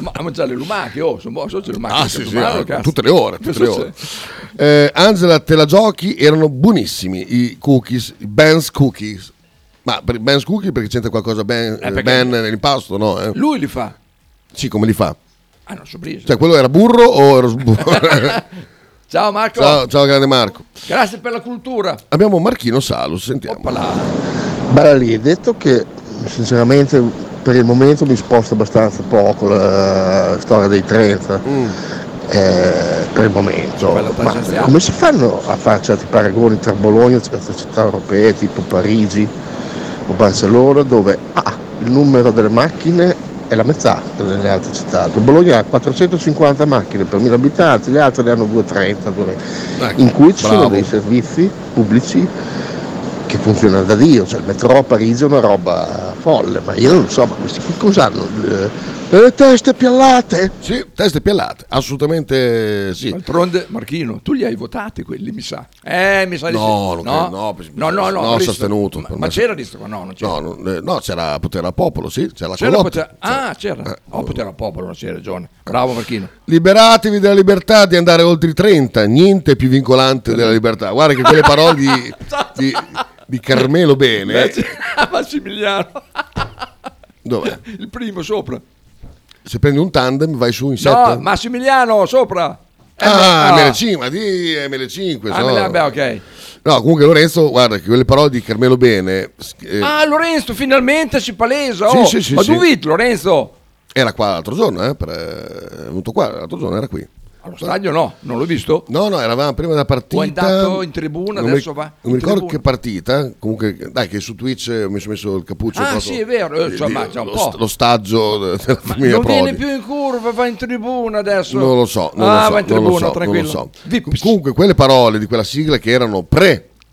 Ma ma già le lumache, oh, sono buone, sono le lumache. Ah, a sì, sì, Casumaro, ah, cazzo. tutte le ore, tutte le Cosa ore. Eh, Angela, te la giochi? Erano buonissimi i cookies, i Ben's cookies. Ma per i Ben's cookies perché c'entra qualcosa Ben, Eh, eh, perché- ben nell'impasto, no? eh? c'è? Lui li fa. Sì, come li fa? Ah, non so presa. Cioè, quello era burro o era sburro? Ciao Marco, ciao, ciao, grande Marco. grazie per la cultura. Abbiamo Marchino Salus, sentiamo. Bella lì, detto che sinceramente per il momento mi sposta abbastanza poco la storia dei 30 Mm. eh, per il momento. Bella Ma tangenziale. come si fanno a fare certi paragoni tra Bologna e certe città europee tipo Parigi o Barcellona dove ah, il numero delle macchine è la metà delle altre città. Bologna ha 450 macchine per 1000 abitanti, le altre ne hanno 230, 230 Ecco, in cui ci sono bravo. dei servizi pubblici che funziona da Dio, cioè il metro a Parigi è una roba folle, ma io non so, ma questi qui cos'hanno? Le, le teste piallate? Sì, teste piallate, assolutamente sì. D'altronde, Marchino, tu li hai votati quelli, mi sa. Eh, mi sa di No, non credo, sì. no, per- no, no, no, no, Risto. sostenuto, Ma, per ma me. c'era Risto qua? No, non c'era. No, non- eh, no, c'era potere al popolo, sì, c'era la Eh, C'era colotta. potere- Ah, c'era. Oh, poteva popolo, non c'era ragione. Bravo Marchino. Liberatevi della libertà di andare oltre i 30, niente è più vincolante della libertà. Eh, Guarda che quelle parole di, di- di Carmelo Bene Beh, sì. Massimiliano. Dov'è? Il primo sopra. Se prendi un tandem vai su in sette. No, Massimiliano sopra. Eh, Ah, no. ML5, ma di eh, ML5. Ah, se no- Milano, beh, ok. No, comunque Lorenzo, guarda che quelle parole di Carmelo Bene eh, Ah, Lorenzo, finalmente si palesa. Sì, oh. sì, sì, Ma sì. tu vedi, Lorenzo? era qua l'altro giorno, eh, per- è venuto qua l'altro giorno, era qui. Allo stadio no, non l'ho visto. No, no, eravamo prima della partita. O è andato in tribuna, Non mi- adesso va Non mi in ricordo tribuna. che partita, comunque dai che su Twitch eh, mi sono messo il cappuccio. Ah, proprio sì, è vero, eh, di- insomma, di- c'è un lo, po'. st- lo stagio della famiglia non Prodi. viene più in curva, va in tribuna adesso. Non lo so, non ah, lo so, va non in tribuna, lo so, non tranquillo. lo so. Comunque quelle parole di quella sigla che erano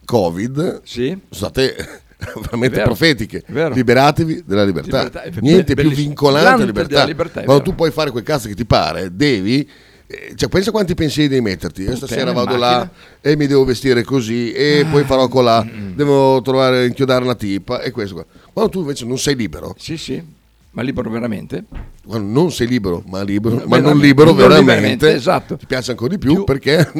pre-Covid sono state veramente È vero, profetiche. è vero. Liberatevi della libertà. Libertà, è be- Niente più bellissimo. vincolante Grande alla libertà. della libertà, è Quando vero. tu puoi fare quel cazzo che ti pare, devi... eh, Cioè, pensa quanti pensieri devi metterti. Io Puttana stasera in vado là macchina. Ah. Mm, e mi devo vestire così e poi farò colà, devo trovare, inchiodare una tipa e questo qua. Quando tu invece non sei libero. Sì, sì, ma libero veramente? Quando non sei libero, ma libero, ma non veramente, libero non veramente. liberamente, esatto. Ti piace ancora di più, perché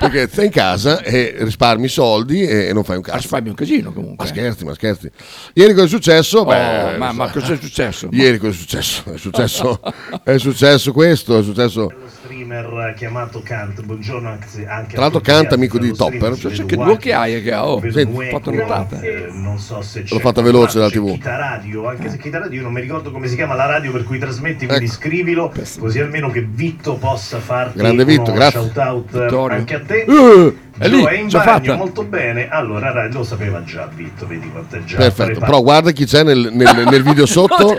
perché stai in casa e risparmi soldi e, e non fai un cazzo. Risparmi Ah, un casino comunque. Ma scherzi, ma scherzi. Ieri cosa è successo? Oh, Beh, ma, so- ma cosa è successo? Ieri cosa è successo? È successo, è successo questo, è successo... streamer eh, chiamato Kant. Buongiorno anzi, anche Tra l'altro Kant, amico di Topper. Cioè, che due occhiaie che ha, oh. Senti, Ho fatto notata. eh, Non so se c'è L'ho fatta veloce dalla c'è TV. Kita Radio, anche se Kita Radio io non mi ricordo come si chiama la radio per cui trasmetti, Ecco. quindi scrivilo così almeno che Vitto possa farti Grande Vitto, uno grazie. shout out Vittorio. anche a te. Eh, è Gio lì, in ce l'ha bagno, fatta. molto bene. Allora, ra- lo sapeva già Vitto, vedi quanto è già Perfetto, preparato. però guarda chi c'è nel, nel- nel video sotto.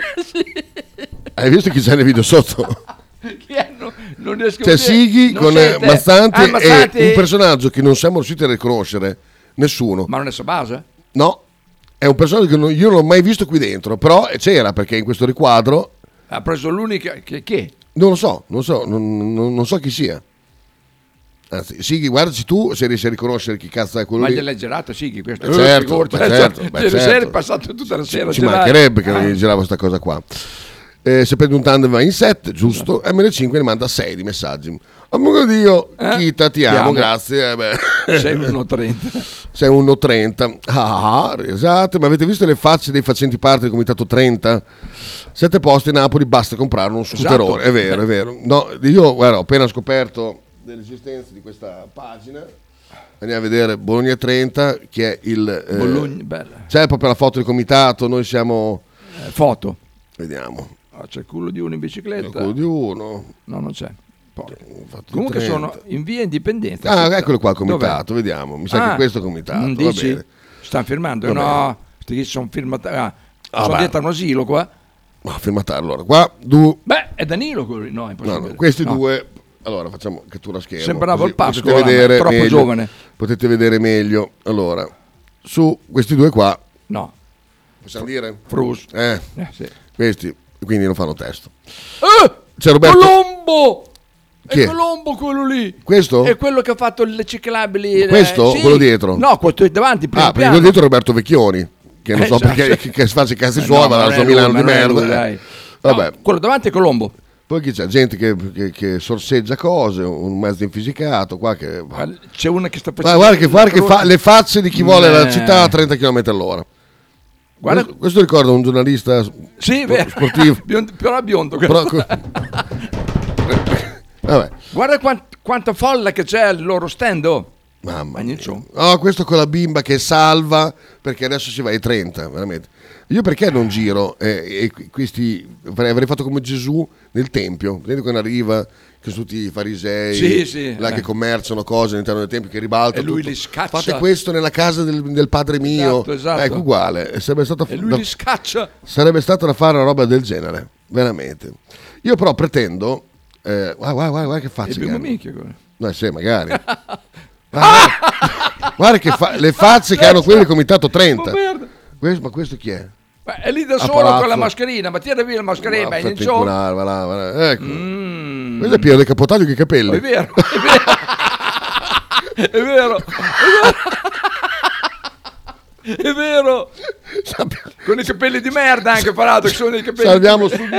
Hai visto chi c'è nel video sotto? Non riesco a C'è vedere. Sighi Non con eh, siete- Mazzanti, Ah, Mazzanti. e un personaggio che non siamo riusciti a riconoscere nessuno. Ma non è Sabasa? No, è un personaggio che non- io non l'ho mai visto qui dentro, però c'era perché in questo riquadro Ha preso l'unica... Che? che? non lo so, non so, non, non- non so chi sia. Anzi, Sighi, guardaci tu se riesci a riconoscere chi cazzo è quello Ma lì. gliel'hai gelato, sì, che questo Eh, certo, figurati, ma eh, certo, cioè, ma ieri certo. sera è passato tutta la sera. a Ci gelare. mancherebbe che Ah, non gli girava questa cosa qua. Eh, se prendi un tandem va in 7, giusto? Esatto. ML5 ne manda 6 di messaggi. Amico Dio, Chita, ti ti amo, amo. grazie. eh beh. Sei uno 30. Sei un 1,30. Ah, esatto, ma avete visto le facce dei facenti parte del comitato 30? Sette posti a Napoli, basta comprare un scooterone. Esatto. È vero, è vero. No, io guarda, ho appena scoperto dell'esistenza di questa pagina. Andiamo a vedere Bologna 30, che è il... eh, Bologna, bella. C'è proprio la foto del comitato, noi siamo... Eh, foto. Vediamo. Ah, c'è il culo di uno in bicicletta. Il culo di uno. No, non c'è. Porca. fatto Comunque 30. sono in via indipendenza. Ah, Aspetta. eccolo qua il comitato, Dov'è? vediamo. Mi sa che questo è il comitato. mm, va dici? bene. Stanno Va firmando? no, questi sono firmati. Ah, Ah, sono beh. dietro a un asilo qua. Ma firmatare allora. Qua, du... Beh, è Danilo quello. No, è No, impossibile. no, questi No. due. Allora facciamo cattura schermo. Sembrava così il Pasqua, potete guarda, vedere troppo meglio- giovane. Potete vedere meglio. Allora, su questi due qua. No. Possiamo dire? Frus. Eh, Eh, sì. Questi quindi non fanno testo. Eh, C'è Roberto. Colombo! Chi è? È Colombo quello lì. Questo? È quello che ha fatto le ciclabili. eh, Questo? sì. Quello dietro? No, questo è davanti. Primo ah, perché piano. quello dietro è Roberto Vecchioni. Che non Eh, so esatto. perché che, che si faccia i cazzi Eh, suoi, no, ma la non è sua lui, Milano ma di non è merda. lui, dai. eh. Vabbè. Quello davanti è Colombo. Poi chi c'è? Gente che, che, che sorseggia cose, un mezzo infisicato, qua che... Ah, C'è una che sta Ma facendo. guarda che, guarda che fa le facce di chi vuole la Eh. città a 30 km all'ora. Guarda- questo, questo ricorda un giornalista s- Sì, sp- beh, sportivo. biondo- però è biondo Però questo. Vabbè, Guarda quant- quanta folla che c'è al loro stand. oh. mamma. Magniccio. No, questo con la bimba che salva perché adesso si va ai 30, veramente. Io perché non giro? eh, e qui- questi avrei, avrei fatto come Gesù nel Tempio. Vedete quando arriva che sono tutti i farisei, Sì, sì, là eh. che commerciano cose all'interno del Tempio, che ribaltano. E lui tutto. li scaccia. Fate questo nella casa del, del padre mio. Esatto, esatto. Ecco, uguale. Sarebbe stato E lui da- li scaccia. Sarebbe stato da fare una roba del genere, veramente. Io però pretendo. eh, guarda, guarda, guarda, guarda che E faccia. che bimbo hanno. minchia quello. No, sì, magari. Guarda, guarda- guarda che fa- le facce che hanno quelli del comitato 30. Ma Oh, merda. Questo- ma questo chi è? Ma è lì da A solo con la palazzo. mascherina. Ma tira via la mascherina. Ma è in fatti gioco. inculare, va là, va là. Ecco. Questo è Piero del Capotaglio che i capelli. Mm. È vero, è vero. È vero. È vero. Con i capelli di merda anche parato, che sono dei capelli. Salviamo subito.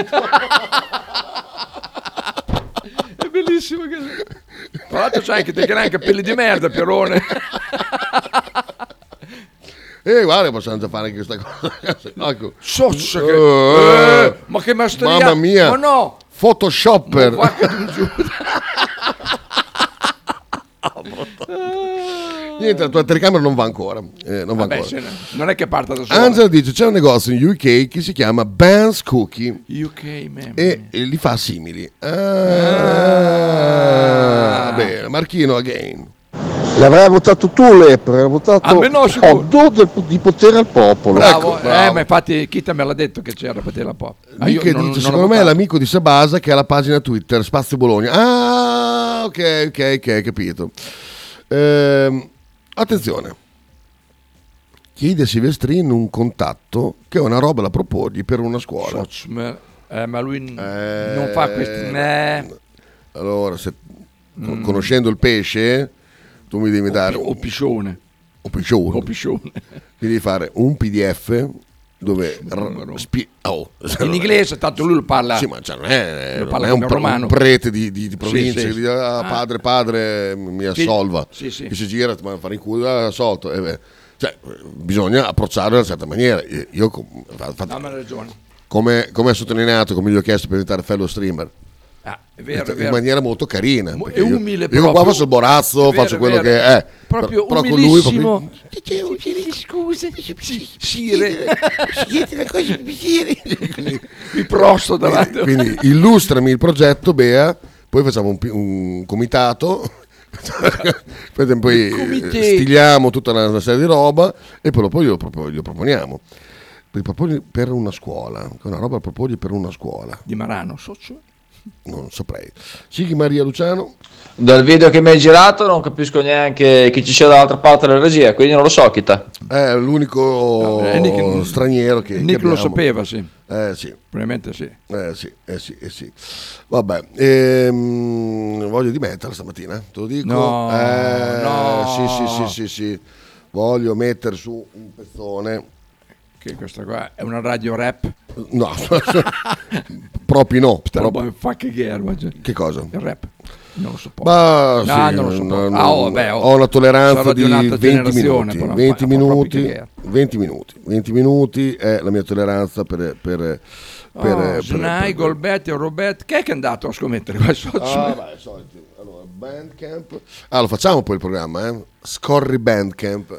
È bellissimo che Tra l'altro c'è anche dei gran capelli di merda, Pierone. Eh, guarda, possiamo già fare anche questa cosa. ecco. Sosso che- Oh, eh, ma che maestria- Mamma mia. ma no. Photoshopper. Ma guarda che giù. Niente, la tua telecamera non va ancora. Eh, non va Vabbè, ancora. se no- non è che parta da sola. Angela dice c'è un negozio in UK che si chiama Ban's Cookie UK, man. e e li fa simili. Ah, Bene, Marchino again. L'avrai Eh. votato tu, Lepre, l'ha votato Ah, beh, no, sicuro. Oddo del- di potere al popolo. Ecco. ecco, Bravo, eh, ma infatti Kita me l'ha detto che c'era per te la pop. Ah, io Mica non- dice, non l'ho secondo me è votato. l'amico di Sabasa che ha la pagina Twitter Spazio Bologna. Ah, ok, ok, ok, capito. Ehm, attenzione. Chiede a Silvestrin un contatto che è una roba da proporgli per una scuola. Ma- eh, ma lui n- Eh, non fa questi... Nah. Allora, se- con- Mm. conoscendo il pesce, tu mi devi dare... o piscione. O piscione. O piscione. Mi devi fare un pdf dove... spie- oh, In inglese, tanto lui lo parla... Sì, ma cioè, non è, Lo non parla è un, come pre- romano. un prete di, di- di provincia Sì, sì. che dice "Ah, Ah. padre, padre, mi Sì. assolva. Sì, sì. Che si gira, ti manda a fare in culo, ah, assolto. Eh, beh, cioè, eh, bisogna approcciarlo in una certa maniera. Eh, Io, com- fa- fa- Dammi ragione. come, come ha sottolineato, come gli ho chiesto per diventare fellow streamer, Ah, è vero, è Cioè, in vero. maniera molto carina. Mo- perché è io- umile Io, proprio. qua faccio il borazzo, È vero, faccio quello è che vero. è. eh, Proprio però con lui umilissimo. proprio- Scusi, sire. Siete la cosa Mi prosto davanti. Quindi illustrami il progetto, Bea, poi facciamo un, pi- un comitato. poi poi, comité. eh, stiliamo tutta una, una serie di roba e poi, poi glielo, propo- glielo proponiamo. Per, proporgli per una scuola, che è una roba da proporgli per una scuola. Di Marano, socio? Non saprei. Sighi Maria Luciano, Dal video che mi hai girato non capisco neanche chi ci sia dall'altra parte della regia, quindi non lo so, Kita. è l'unico eh, Nick- straniero che... che Nick lo abbiamo. sapeva, sì. Eh sì. Probabilmente sì. Eh sì, eh sì, eh sì. Vabbè, ehm, voglio di metal stamattina, te lo dico. No, Eh, no. Sì, sì, sì, sì, sì. Voglio mettere su un pezzone. Che questa qua è una radio rap. No, proprio no. Sta proprio- roba fa che guerra, guarda. Che cosa? Il rap. Non lo sopporto. Ma No, sì, Ah, non lo so. no, no, Ah, oh, beh, oh. ho una Sarò tolleranza di di un'altra 20 generazione, minuti, 20 però, fa- fa proprio minuti, che- 20 minuti, 20 minuti è la mia tolleranza per... per, per, Oh, per- Snai, Golbetti, Robert. Che è che è andato a scommettere qua socio? Ah, vai, solito. Allora, Bandcamp. Ah, lo facciamo poi il programma, eh? Scorri Bandcamp.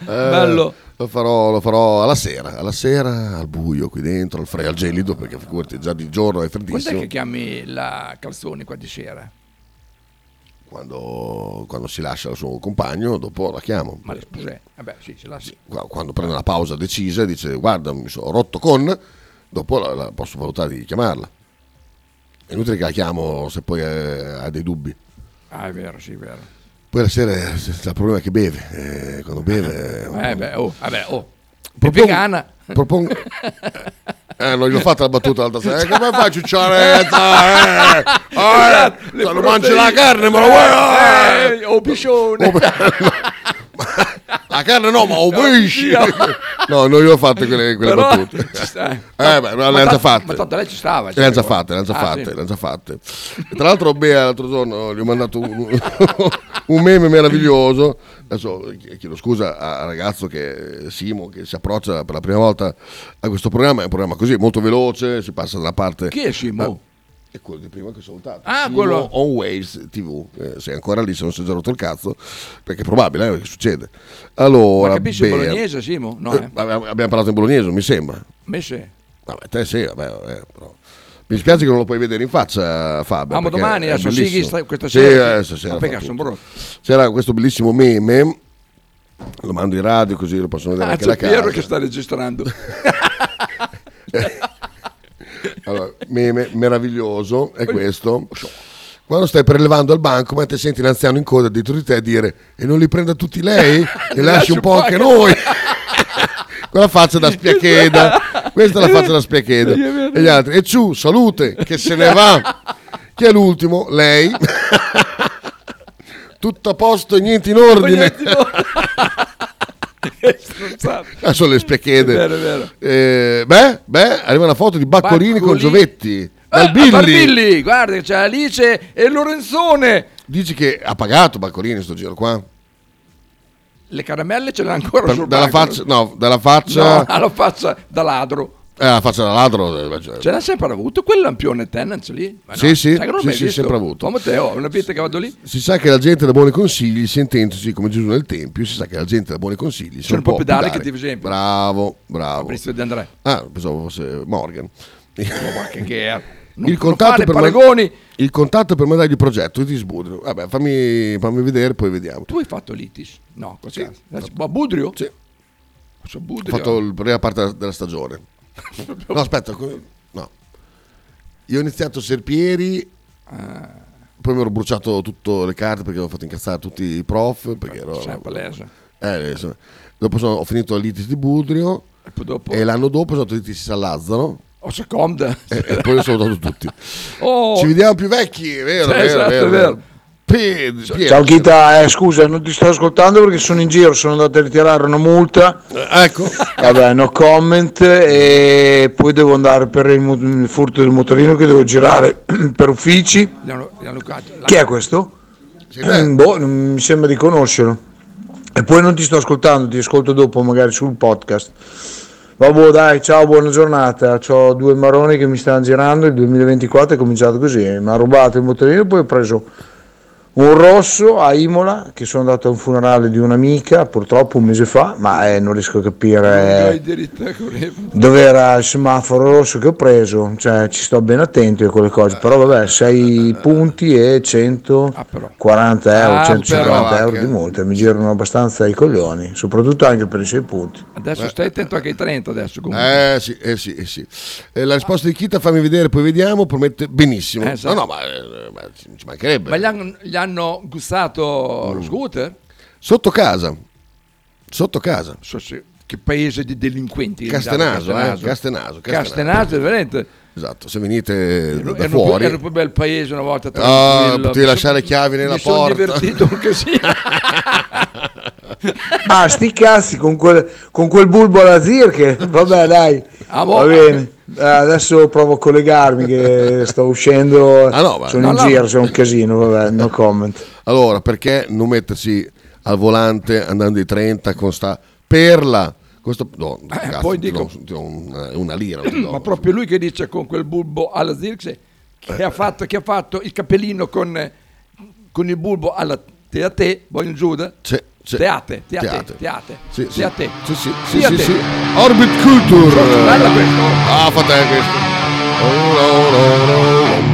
Eh, Bello. Lo farò, lo farò alla sera, alla sera, al buio qui dentro, al, fre- al gelido, perché figurati già di giorno è Quando è freddissimo. che chiami la calzone qua di sera? Quando, quando si lascia il suo compagno, dopo la chiamo. Ma le sposè? Vabbè, sì, ce l'ha sì. Qua- Quando prende la pausa decisa e dice guarda mi sono rotto con, dopo la, la posso valutare di chiamarla. È inutile che la chiamo se poi eh, ha dei dubbi. Ah, è vero, sì, è vero. Poi la sera eh, il problema è che beve, eh, quando beve... è un Eh, po'- beh, oh, vabbè, oh. È Propongo- vegana. propongo- Eh, non gli ho fatto la battuta l'altra sera. Eh, come fai ciucciaretta? Eh, eh, le se non proteine. mangi la carne, me lo vuoi? eh? Eh, o piscione. La carne no, ma obisci. No. No, non gli ho fatto quelle, quelle Però- battute. ci sta. Eh, beh, ma le ha tanto- già fatte. ma tanto lei ci stava, Le ha già cioè, fatte, le ha già ah, fatte, sì. le ha già fatte. E tra l'altro, Bea, l'altro giorno gli ho mandato un, un meme meraviglioso. Adesso chiedo scusa al ragazzo che Simo, che si approccia per la prima volta a questo programma. È un programma così, molto veloce, si passa da una parte. Chi è Simo? Eh, È quello di prima che ho salutato. Ah, Simo quello. on Waves TV. Eh, sei ancora lì, se non si è già rotto il cazzo, perché è probabile eh, che succede. Allora, Ma capisci il Bea- bolognese, Simo? No, Eh, eh. abbiamo abbiamo parlato in bolognese, mi sembra. Messe. Vabbè, te sì, vabbè, vabbè, però. Mi dispiace che non lo puoi vedere in faccia, Fabio. Ah, ma perché domani, è adesso, bellissimo. Sighi sta- questa Sì, sera- eh, stasera Ma fa perché tutto. sono brutto? C'era questo bellissimo meme, lo mando in radio così lo possono vedere Ah, anche c'è la Piero casa. che sta registrando. Allora, meme meraviglioso è questo. Quando stai prelevando al banco, ma te senti l'anziano in coda dietro di te dire e non li prenda tutti lei? E lasci un po' anche noi. Quella faccia da spiacheda. Questa è la faccia da spiacheda. E gli altri, e ciù, salute, che se ne va. Chi è l'ultimo? Lei. Tutto a posto e niente in ordine. Ah, sono le spiachede. È vero, è vero. Eh, beh, beh, arriva una foto di Baccolini con Baccolini. Giovetti. Dal Ah, Billy. Barbilli, guarda, c'è Alice e Lorenzone. Eh, Dici che ha pagato Baccolini sto giro qua? le caramelle ce le ha ancora Per- sul dalla bancone. faccia, no, dalla faccia, No, alla faccia da ladro. eh, la faccia da ladro. eh, cioè- Ce l'ha sempre avuto quel lampione Tennant lì? Ma no, Sì, sì, sai che non l'ho sì, mai sì, visto? sempre avuto. Oh, Matteo, una vita che vado lì? Si sa che la gente da buoni consigli, sentendosi come Gesù nel Tempio, si sa che la gente da buoni consigli C'è sono un po' pedale che ti esempio. Bravo, bravo. Fabrizio De André. Ah, pensavo fosse Morgan. Che, che è- non- il, non contatto fare per paragoni. il contatto per mandare il progetto io ti sbudro. Vabbè, fammi, fammi vedere, poi vediamo. Tu hai fatto litis? No, cos'è? Ma Budrio? Sì. Posso Ho Budrio? fatto la prima parte della stagione. No, aspetta, co- no. Io ho iniziato Serpieri, Eh. poi mi ero bruciato tutte le carte perché avevo fatto incazzare tutti i prof. Perché ero, Sai, palese. Eh, insomma. Dopo sono- ho finito l'ITIS di Budrio e, poi dopo- Oh, l'anno dopo sono andato all'ITIS Salazzano. O seconda. E, e poi li sono dato tutti. Oh. Ci vediamo più vecchi, è vero, Sì, vero, esatto, vero, è vero. Pi- Pier- Ciao Chita, eh, scusa, non ti sto ascoltando perché sono in giro, sono andato a ritirare una multa. Ecco. Vabbè, no comment e poi devo andare per il, mu- il furto del motorino che devo girare per uffici. Gli hanno, gli hanno cagato. Chi è questo? Boh, non mi sembra di conoscerlo. E poi non ti sto ascoltando, ti ascolto dopo magari sul podcast. Vabbè, boh, dai, ciao, buona giornata. Ho due maroni che mi stanno girando. Il 2024 è cominciato così. eh. Mi ha rubato il motorino e poi ho preso un rosso a Imola che sono andato a un funerale di un'amica purtroppo un mese fa, ma eh, non riesco a Non hai capire diritto a correre. dove era il semaforo rosso che ho preso. Cioè, ci sto ben attento a quelle cose. Però vabbè, 6 punti e Ah, 140 euro, Ah, 150 però, euro di multa. Mi girano abbastanza i coglioni, soprattutto anche per i 6 punti. Adesso Beh. stai attento anche ai 30 adesso comunque. Eh sì, eh sì, eh sì. Eh, la risposta di Kita, fammi vedere, poi vediamo, promette benissimo. Eh, esatto. No, no, ma, eh, ma ci ci mancherebbe. Mm. Ma gli hanno, gli hanno gustato lo scooter? Sotto casa. Sotto casa. So se- Che paese di delinquenti. Castenaso, Castenaso. eh, Castenaso, Castenaso. Castenaso, veramente. Esatto, se venite da Era un, fuori. più, era un più bel paese una volta. Ah, tranquillo. potevi Mi lasciare son- chiavi nella mi son porta. Eh, divertito un casino. Ah, sti cazzi con quel, con quel bulbo alla zirche. Vabbè, dai. Ah, boh. Va bene. Eh, adesso provo a collegarmi che sto uscendo. Ah, no, ma- no, sono in no. giro, sono un casino. Vabbè, no comment. Allora, perché non mettersi al volante andando di 30 con sta perla? Questo, no, cazzo, Eh, poi ti dico- do- ti do un- eh, una lira. non ti do. Ma proprio lui che dice con quel bulbo alla Zirx che, ha fatto, che ha fatto il capellino con, con il bulbo alla Teate, voglio Giuda. Sì, sì. Teate, teate, Teate. teate, teate. Sì, sì. Sì, sì, sì, Teate. sì, sì. Orbit Culture. Bella questa. Ah, fate questo. Oh, no, no, no, no.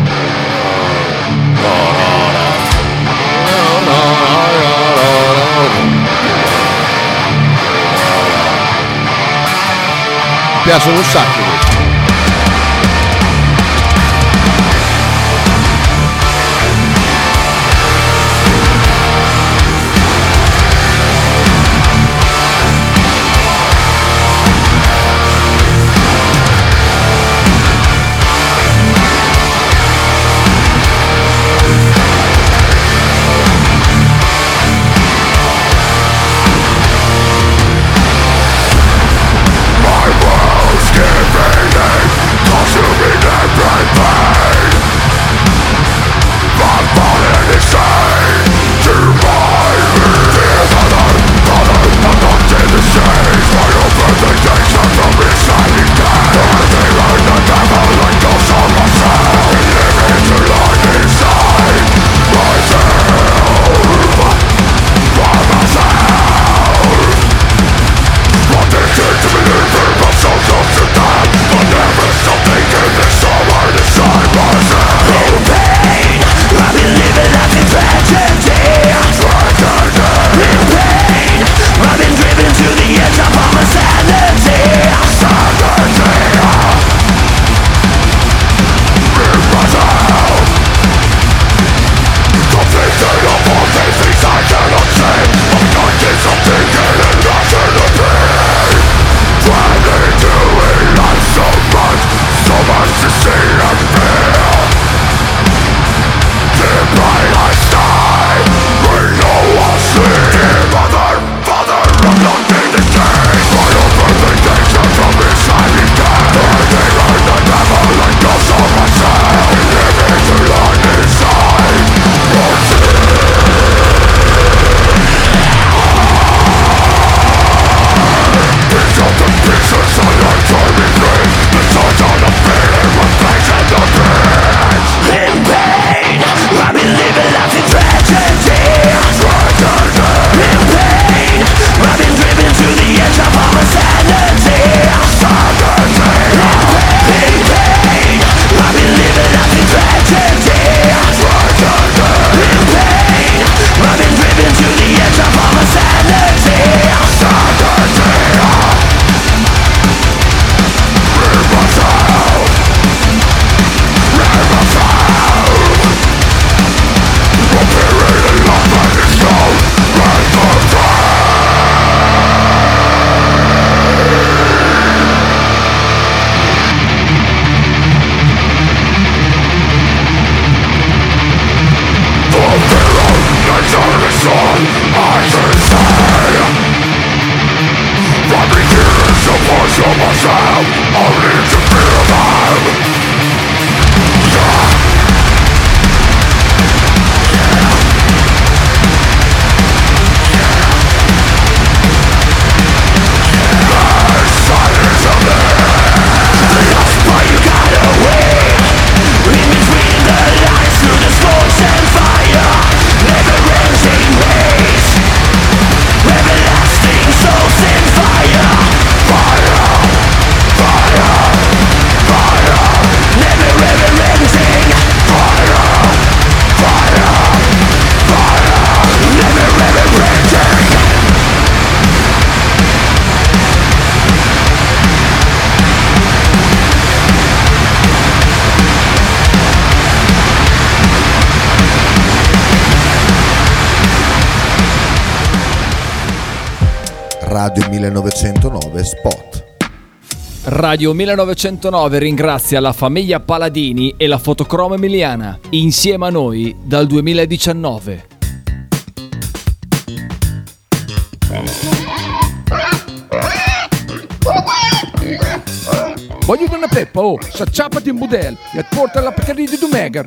Mi piacciono un sacco questi. My world's del 1909 Spot. Radio 1909 ringrazia la famiglia Paladini e la fotocromo emiliana, insieme a noi dal 2019. Voglio una peppa, oh, s'acciappati in budel e porta la Pcarì di Dumegar.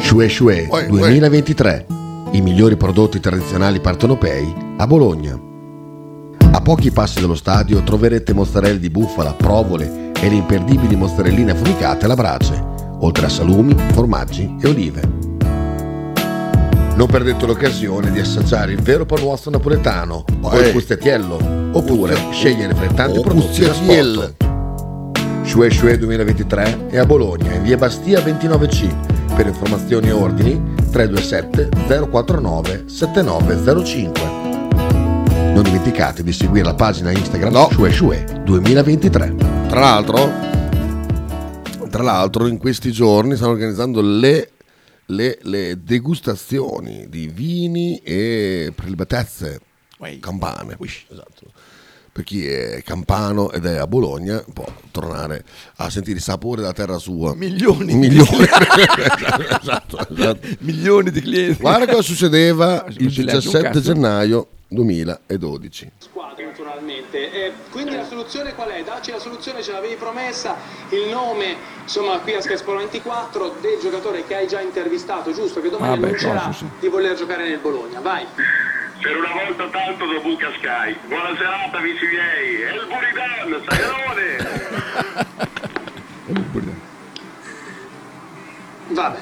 Shue Shue Uè, uè. 2023. I migliori prodotti tradizionali partenopei a Bologna. A pochi passi dallo stadio troverete mozzarella di bufala, provole e le imperdibili mozzarelline affumicate alla brace, oltre a salumi, formaggi e olive. Non perdete l'occasione di assaggiare il vero panuozzo napoletano o il Uè. custettiello, oppure scegliere fra i tanti O prodotti da custettiello. sport. Shue Shue 2023 è a Bologna in via Bastia 29C. Per informazioni e ordini 327 049 7905. Non dimenticate di seguire la pagina Instagram Shue Shue 2023. Tra l'altro, tra l'altro in questi giorni stanno organizzando le, le- le degustazioni di vini e prelibatezze campane. Esatto. Per chi è campano ed è a Bologna può tornare a sentire i sapori della terra sua. Milioni. Milioni. esatto, esatto. Milioni di clienti. Guarda cosa succedeva Ah, il si legge un 17 cazzo. gennaio 2012. squadre naturalmente. E quindi la soluzione qual è? Dacci la soluzione, ce l'avevi promessa, il nome, insomma qui a Sky Sport 24 del giocatore che hai già intervistato, giusto? Che domani Vabbè, annuncerà cosa, sì. di voler giocare nel Bologna, vai. Per una volta tanto da Buca Sky. Buona serata amici miei. E il Buridan, Vabbè,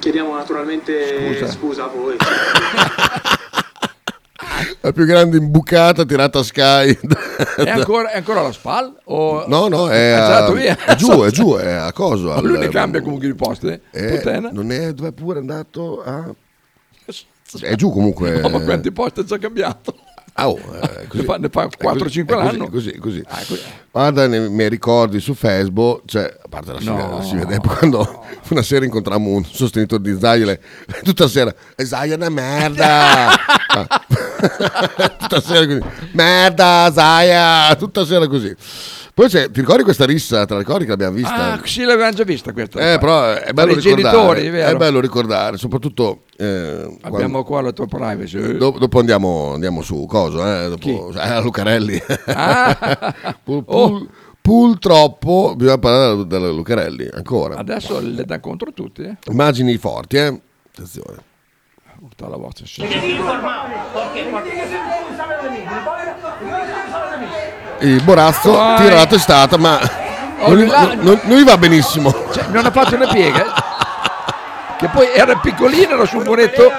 chiediamo naturalmente Scusa. scusa, a voi. La più grande imbucata tirata a Sky. È ancora, è ancora alla SPAL? O... No, no, è, a, Ah, girato via? è giù, è giù, è a coso. Ma lui ne cambia comunque i posti, eh? Eh, Putena. non è dove è pure andato a... È giù comunque. No, ma quanti posti ha già cambiato? Ah, oh, eh, così. Ne fa- ne fa È così, 4-5 è così, l'anno. Così, così. Ah, è così. Guarda nei miei ricordi su Facebook, cioè, a parte la sigla, No. la sigla d'epoca, quando una sera incontrammo un sostenitore di Zayle, tutta sera, Zayle è una merda! Ah. tutta sera così, merda Zaya, tutta sera così. Poi c'è, ti ricordi questa rissa, te la ricordi che l'abbiamo vista? Ah, sì, l'avevamo già vista questa. Eh, però è bello Per Certo. i ricordare, genitori, è vero. è bello ricordare, soprattutto eh, Abbiamo qua la tua privacy. eh? quando- do- dopo andiamo, andiamo su Coso, eh, dopo, eh, a Lucarelli. Ah. Pur- Oh. pur- Purtroppo bisogna parlare della Lucarelli ancora. Adesso le dà contro tutti, eh? Immagini forti, eh? Attenzione. Urta la voce, sì. Il Borazzo Vai. tira la testata, ma Oh, non, gli- là- non- non gli va benissimo. Cioè, non ha fatto una piega. eh? Che poi era piccolino, era sul bonetto.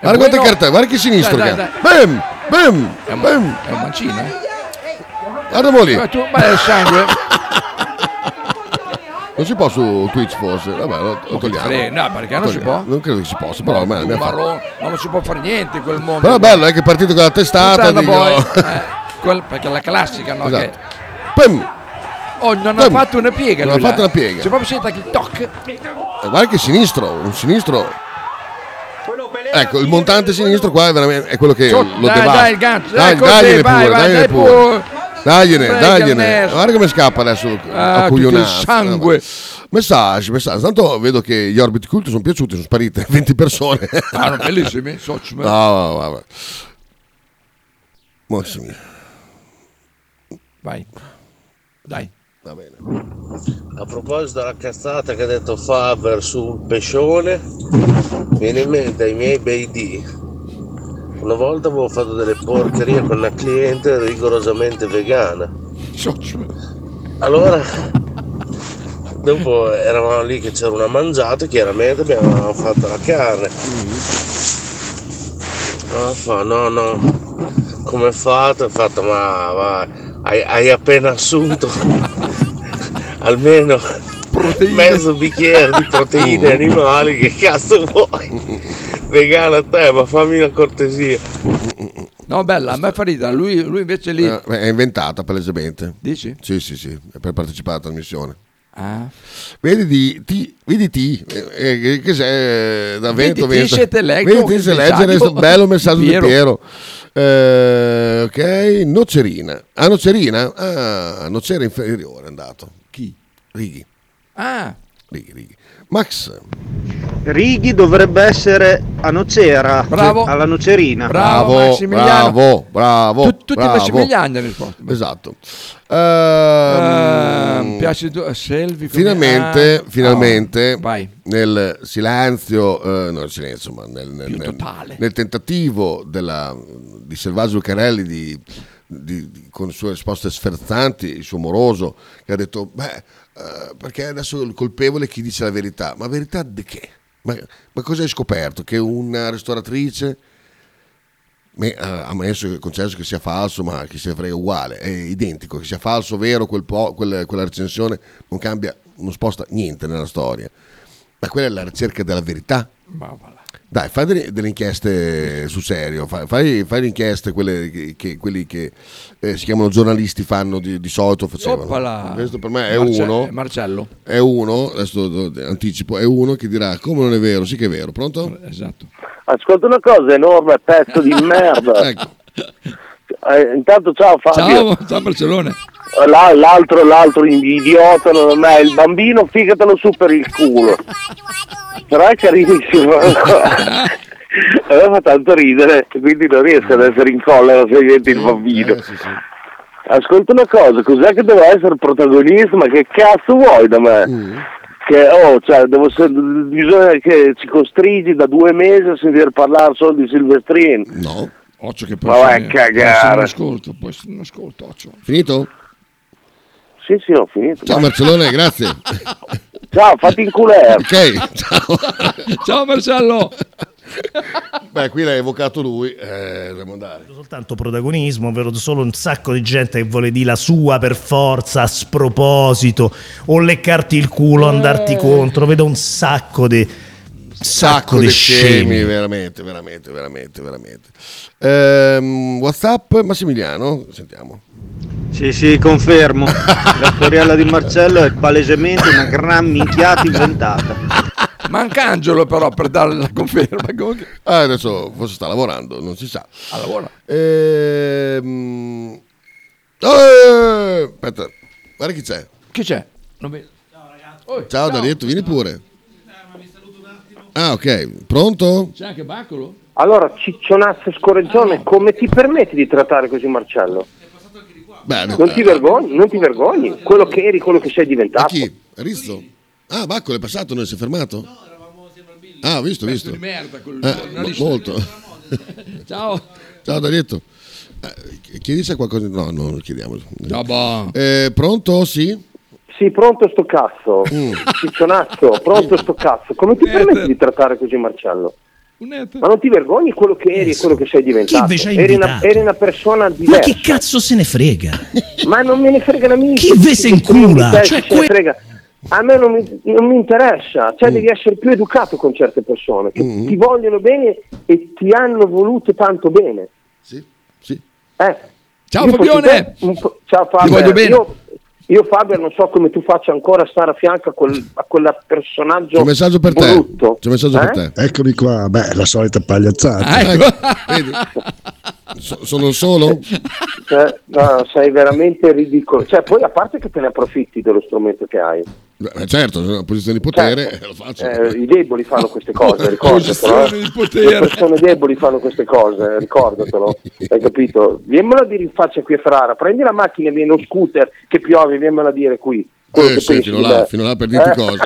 Guarda quante Bueno. cartelle, guarda che sinistro Dai, che dai, ha. Bam, bam, bam. È un mancino, eh? Guarda mo lì. Ma tu- ma è il sangue. Non si può su Twitch forse, vabbè, lo, lo togliamo. frega, no, perché non si può? Non credo che si possa, però ormai Un l'abbiamo fatto. marrone, ma non si può fare niente in quel mondo. Però è bello, è che è partito con la testata. Lontano Dico... poi, eh, quel- perché la classica, no? Esatto. Che, Pam, oh, non ha Poi- fatto una piega. non ha lui là. fatto una piega. Cioè, proprio senta che toc. Eh, Guarda che sinistro, un sinistro. Ecco, il montante sinistro qua è, veramente, è quello che Ciò- lo dai, deva. dai, il gancio, Dai, ecco, dagliene sì, vai, pure, vai, dagliene dai pure. pure. Dagliene, Frega il dagliene. merda. Guarda come scappa adesso Ah, a tutto il coglionato. sangue. Messaggi, messaggi. Tanto vedo che gli Orbit Cult sono piaciuti, sono sparite 20 persone. Ah, no, bellissimi, soci. No, va, va, va. Mossimi. Vai. Dai. Va bene. A proposito della cazzata che ha detto Faber sul pescione, mi viene in mente ai miei bei dì. Una volta avevo fatto delle porcherie con una cliente rigorosamente vegana. Allora, dopo eravamo lì che c'era una mangiata, chiaramente abbiamo fatto la carne. Allora fa, no, no, come fate? Ho fatto, ma va, hai, hai appena assunto almeno mezzo bicchiere di proteine animali, che cazzo vuoi? Vegana te, ma fammi una cortesia. No, bella, a me fa ridere, lui, lui invece lì... Eh, È inventata palesemente. Dici? Sì, sì, sì, è per partecipare alla trasmissione. Ah. Vedi di ti, vedi ti, eh, eh, che sei eh, da Vedi vento, ti vento. se te leggo Vedi ti il se messaggio leggere questo bello messaggio di di Piero. Eh, ok, Nocerina. Ah, Nocerina? Ah, Nocera inferiore è andato. Chi? Righi. Ah, Righi, Righi. Max. Righi dovrebbe essere a Nocera, Bravo. alla Nocerina. Bravo, bravo, bravo. tutti bravo. Massimiliani hanno risposto. Esatto. Ehm, Ehm, piace tu, Selvi. come- Finalmente, ah, finalmente, oh, vai. nel silenzio, eh, no, nel silenzio, ma nel, nel- nel- totale. nel tentativo della- di Selvaggio Carelli di, di- di- con le sue risposte sferzanti, il suo moroso, che ha detto, beh, eh, perché adesso il colpevole è chi dice la verità, ma verità di che? Ma, ma cosa hai scoperto? Che una ristoratrice me- eh, ammesso e concesso che sia falso, ma chi se ne frega uguale, è identico, che sia falso, vero, quel po- quel- quella recensione non cambia, non sposta niente nella storia. Ma quella è la ricerca della verità. Ma Dai, fai delle, delle inchieste sul serio, fai, fai, fai le inchieste, quelle che, che- quelli che eh, si chiamano giornalisti fanno di, di solito, facevano. Oppala. Questo per me è Marce- eh, uno. Marcello. È uno, adesso do- anticipo, è uno che dirà come non è vero, sì che è vero, pronto? Esatto. Ascolta una cosa enorme, pezzo di merda. Ecco. Eh, intanto ciao Fabio. Ciao, ciao Barcellona. Là- l'altro, l'altro idiota, non è il bambino, figatelo su per il culo. Però è carinissimo. A me fa tanto ridere, quindi non riesco ad essere in collera se diventi il bambino. Ascolta una cosa, cos'è che devo essere protagonista? Ma che cazzo vuoi da me? Mm. Che, oh, cioè, devo se- bisogna che ci costringi da due mesi a sentire parlare solo di Silvestrini. No. Occhio che Ma vai a Non cagare. ascolto, poi se non ascolto. Occhio. Finito? Sì, sì, ho finito. Ciao Marcellone, grazie. Ciao, fatti in eh. culè. Ok, ciao. ciao Marcello. Beh, qui l'ha evocato lui, eh, dobbiamo andare. soltanto protagonismo, ovvero solo un sacco di gente che vuole dire la sua per forza, a sproposito, o leccarti il culo, andarti contro, vedo un sacco di... Sacco di dei scemi. veramente, veramente, veramente, veramente. Ehm, WhatsApp Massimiliano, sentiamo. Sì, sì, confermo. La storiella di Marcello è palesemente una gran minchiata inventata. Manca Angelo però per dare la conferma. Ah, adesso forse sta lavorando, non si sa. Ah, lavora. Ehm, eh, aspetta, guarda chi c'è. Chi c'è? Ciao Darietto, vieni pure. Ah, ok, pronto? C'è anche Baccolo? Allora, ciccionazzo Eh. scorreggione, come ti permetti di trattare così Marcello? Beh, Non ti vergogni, non ti vergogni. Quello che eri, quello che sei diventato. Chi? Rizzo? Ah, Baccolo è passato, non si è fermato? Ah, visto, visto. di merda, quel Eh, giornalista. mo- molto. Ciao. Ciao Darietto. Eh, chiedi se ha qualcosa... No, no, non chiediamo. No, boh. Eh, pronto? Sì? Sì, pronto sto cazzo. Mm. Ciccionazzo, pronto sto cazzo. Come ti Eh, permetti di trattare così Marcello? Ma non ti vergogni quello che eri e quello che sei diventato. Chi vi ci ha Eri una, invitato? eri una persona Ma diversa. che cazzo se ne frega? Ma non me ne frega la minchia. Chi ve se incula? Chi Cioè, se ne frega. A me non mi, non mi interessa, Mm. cioè devi essere più educato con certe persone che ti vogliono bene e ti hanno voluto tanto bene. Sì, sì. Eh. Ciao Io Fabione! fossi te, un po- Ciao Fabio. voglio bene. Io, io Fabio non so come tu faccia ancora a stare a fianco a quel a quella personaggio. C'è un messaggio per te. brutto. Eh? C'è un messaggio per te. Ah, Eccomi qua, Ah, ecco. beh, la solita pagliazzata. Ecco. Ecco. Vedi? So- sono solo? Cioè, no, sei veramente ridicolo. Cioè, poi a parte che te ne approfitti dello strumento che hai. Beh, certo, sono una posizione di potere, Certo. lo faccio. Eh, I deboli fanno queste cose, ricordatelo. Posizione eh. di potere. Le persone deboli fanno queste cose, ricordatelo. Hai capito? Viemmela a dire in faccia qui a Ferrara, prendi la macchina e vieni lo scooter che piove, viemmela a dire qui. Quello Eh, che sì, pensi fino, di là, me. fino là per dirti Eh? cosa.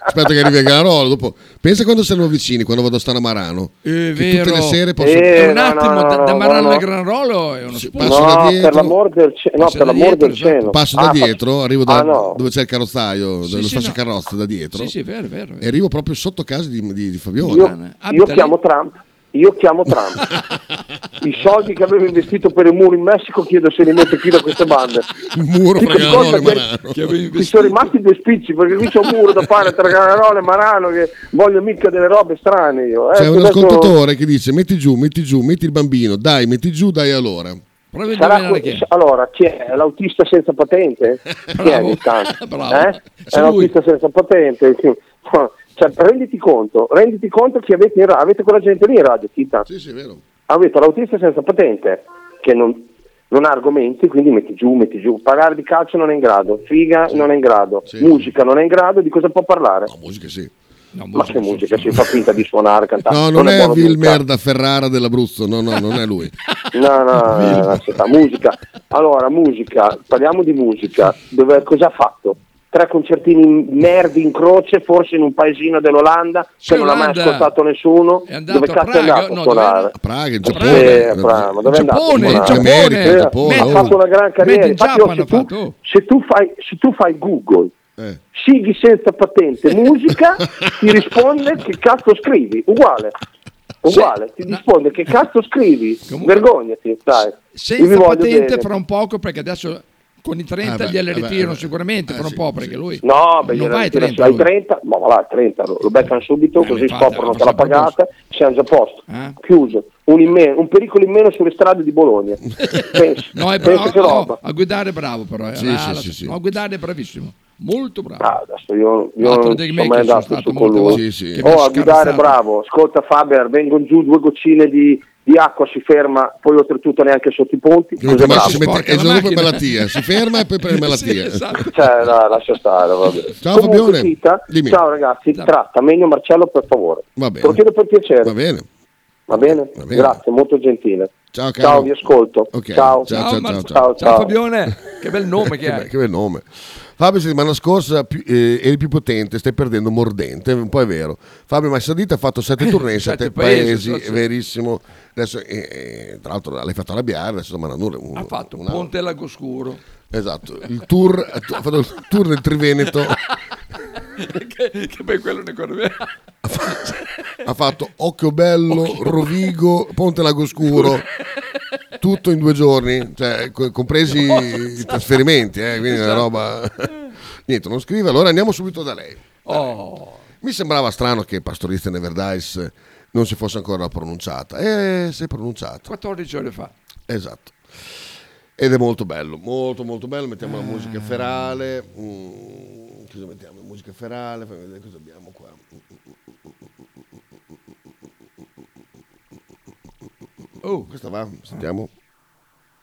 Aspetta che arrivi a Ganarola, dopo. Pensa quando siamo vicini, quando vado a stare a Marano. È che vero. tutte le sere posso... Eh, Eh, un attimo, da, da Marano al Gran Rolo è uno spunto. passo da dietro. l'amor del cielo. No, Passo per da l'amor dietro, del esatto. cielo. Passo da Ah, dietro, fa- arrivo da Ah, no. dove c'è il carrozzaio, Sì, dello sì, spazio no. carrozza da dietro. Sì, sì, vero, vero, vero. E arrivo proprio sotto casa di, di, di Fabione. Io, Ah, io chiamo Trump. Io chiamo Trump. I soldi che avevo investito per il muro in Messico chiedo se li mette qui da queste bande. Il muro Dico, fra Granarolo e ascolta, Marano. Mi sono rimasti due spicci perché qui c'è un muro da fare tra Granarolo e Marano che voglio mica delle robe strane io. eh. C'è un Adesso ascoltatore che dice metti giù, metti giù, metti il bambino, dai, metti giù, dai allora. Provi a sarà indovinare que- chi è. allora, chi è? L'autista senza patente? Chi è intanto? Bravo. Eh? È Sei lui. l'autista senza patente. sì. Cioè, renditi conto, renditi conto che avete, in ra- avete quella gente lì in radio, Tita. Sì, sì, è vero. Avete l'autista senza patente che non, non ha argomenti, quindi metti giù, metti giù. Parlare di calcio non è in grado, figa non è in grado, musica non è in grado, di cosa può parlare? musica sì. Ma che musica, si fa finta di suonare, cantare. No, non, è, Ah, buono Wilmer da Ferrara dell'Abruzzo, no, no, non è lui. No, no, no, no, aspetta, musica. Allora, musica, parliamo di musica. Dove, cosa ha fatto? Tre concertini in- merdi in croce, forse in un paesino dell'Olanda, Sì, che non ha mai Olanda. ascoltato nessuno. andato Dove a cazzo è Praga? andato No, a dove era? suonare? A Praga, in Eh, Giappone. a Praga, ma dove è andato a Giappone, suonare? in Giappone. Eh, Giappone, Ha fatto oh. una gran carriera. Mette in Infatti, oh, Japan se, ha tu, se tu fai, se tu fai Google, Eh. Sighi senza patente, musica, ti risponde che cazzo scrivi, uguale. Uguale, ti risponde che cazzo scrivi, vergognati, dai. Io vi Senza voglio patente bene. fra un poco perché adesso con i 30 Ah, beh, gliele eh, beh, ritirano eh, sicuramente fra un po' perché lui... No, beh, Non gliela vai Eh, ritira- 30, dai lui. 30, ma va là, 30, lo, lo beccano subito, così infatti, scoprono lo che l'ha sappiamo. pagata, siamo già a posto, chiuso, un, in meno- un pericolo in meno sulle strade di Bologna. Penso, No, è penso bravo, che roba. a guidare è bravo però. eh. Sì, Ah, la- sì, sì, sì. no, a guidare è bravissimo. Molto bravo. Ah, adesso io, io L'altro non dei sono mai maker sono andato stato su con molte lui. volte. Sì, sì. Che mi Oh, ha a guidare, scarzato. bravo. Ascolta Faber, vengono giù due goccine di, di acqua, si ferma, poi oltretutto neanche sotto i ponti. Che non Cos'è ti bravo? metti- si mette- e il giorno dopo è malattia, si ferma e poi prende malattia. esatto. Cioè, no, lascia stare, va bene. Ciao, Comunque, Fabione. Tita, Dimmi. ciao ragazzi, tratta meglio Marcello per favore. Va Te lo bene, chiedo per piacere. va bene. Va bene? bene. Grazie, molto gentile. Ciao, caro. ciao vi ascolto. Ok, Ciao. ciao, ciao, ciao, ciao, Ciao ciao. Fabione, che bel nome che Che, be- hai. che bel nome. Fabio, settimana scorsa più- eh, eri più potente, stai perdendo mordente, un po' è vero. Fabio Massadita ha fatto sette tournée in sette, Sette paesi, paesi, è verissimo. Adesso, eh, eh, tra l'altro l'hai fatto arrabbiare, adesso sta mandando un, Ha fatto un- Ponte Lagoscuro. Esatto, il tour, ha fatto il tour del Triveneto, che, che poi quello ne corre. ha fatto Occhio Bello, Rovigo, Ponte Lagoscuro, tutto in due giorni, cioè, co- compresi i trasferimenti, eh, quindi è una roba... Niente, non scrive, allora andiamo subito da lei. Oh, Mi sembrava strano che Pastorista Neverdais non si fosse ancora pronunciata. Eh, si è pronunciata. 14 ore fa. Esatto. Ed è molto bello, molto molto bello. Mettiamo la musica ferale. Mm, cosa mettiamo? Musica ferale, fammi vedere cosa abbiamo qua. Oh. Questa va, sentiamo.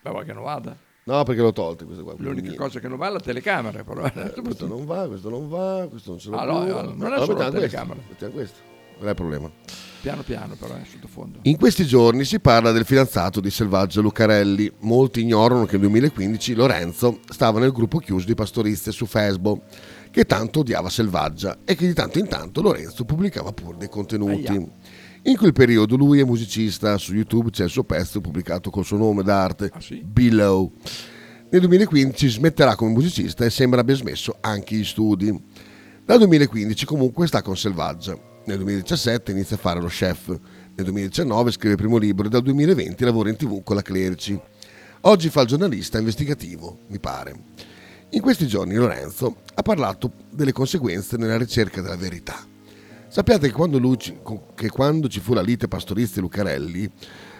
Ma va che non vada. No, perché l'ho tolta questa qua. L'unica Niente. cosa che non va è la telecamera, però. Eh, questo non va, questo non va, questo non ce l'ho Ah, no, più. no, non è Allora, solo mettiamo la questo, telecamera. Mettiamo questo. Qual è il problema? Piano piano, però, eh, sottofondo. In questi giorni si parla del fidanzato di Selvaggio Lucarelli. Molti ignorano che nel 2015 Lorenzo stava nel gruppo chiuso di pastoriste su Facebook, che tanto odiava Selvaggia e che di tanto in tanto Lorenzo pubblicava pure dei contenuti. Aia. In quel periodo lui è musicista, su YouTube c'è il suo pezzo pubblicato col suo nome d'arte, Below. Nel 2015 smetterà come musicista e sembra abbia smesso anche gli studi. Dal 2015 comunque sta con Selvaggia. Nel 2017 inizia a fare lo chef. Nel 2019 scrive il primo libro e dal 2020 lavora in tv con la Clerici. Oggi fa il giornalista investigativo, mi pare. In questi giorni Lorenzo ha parlato delle conseguenze nella ricerca della verità. Sappiate che quando, lui ci- co- che quando ci fu la lite Pastoristi e Lucarelli,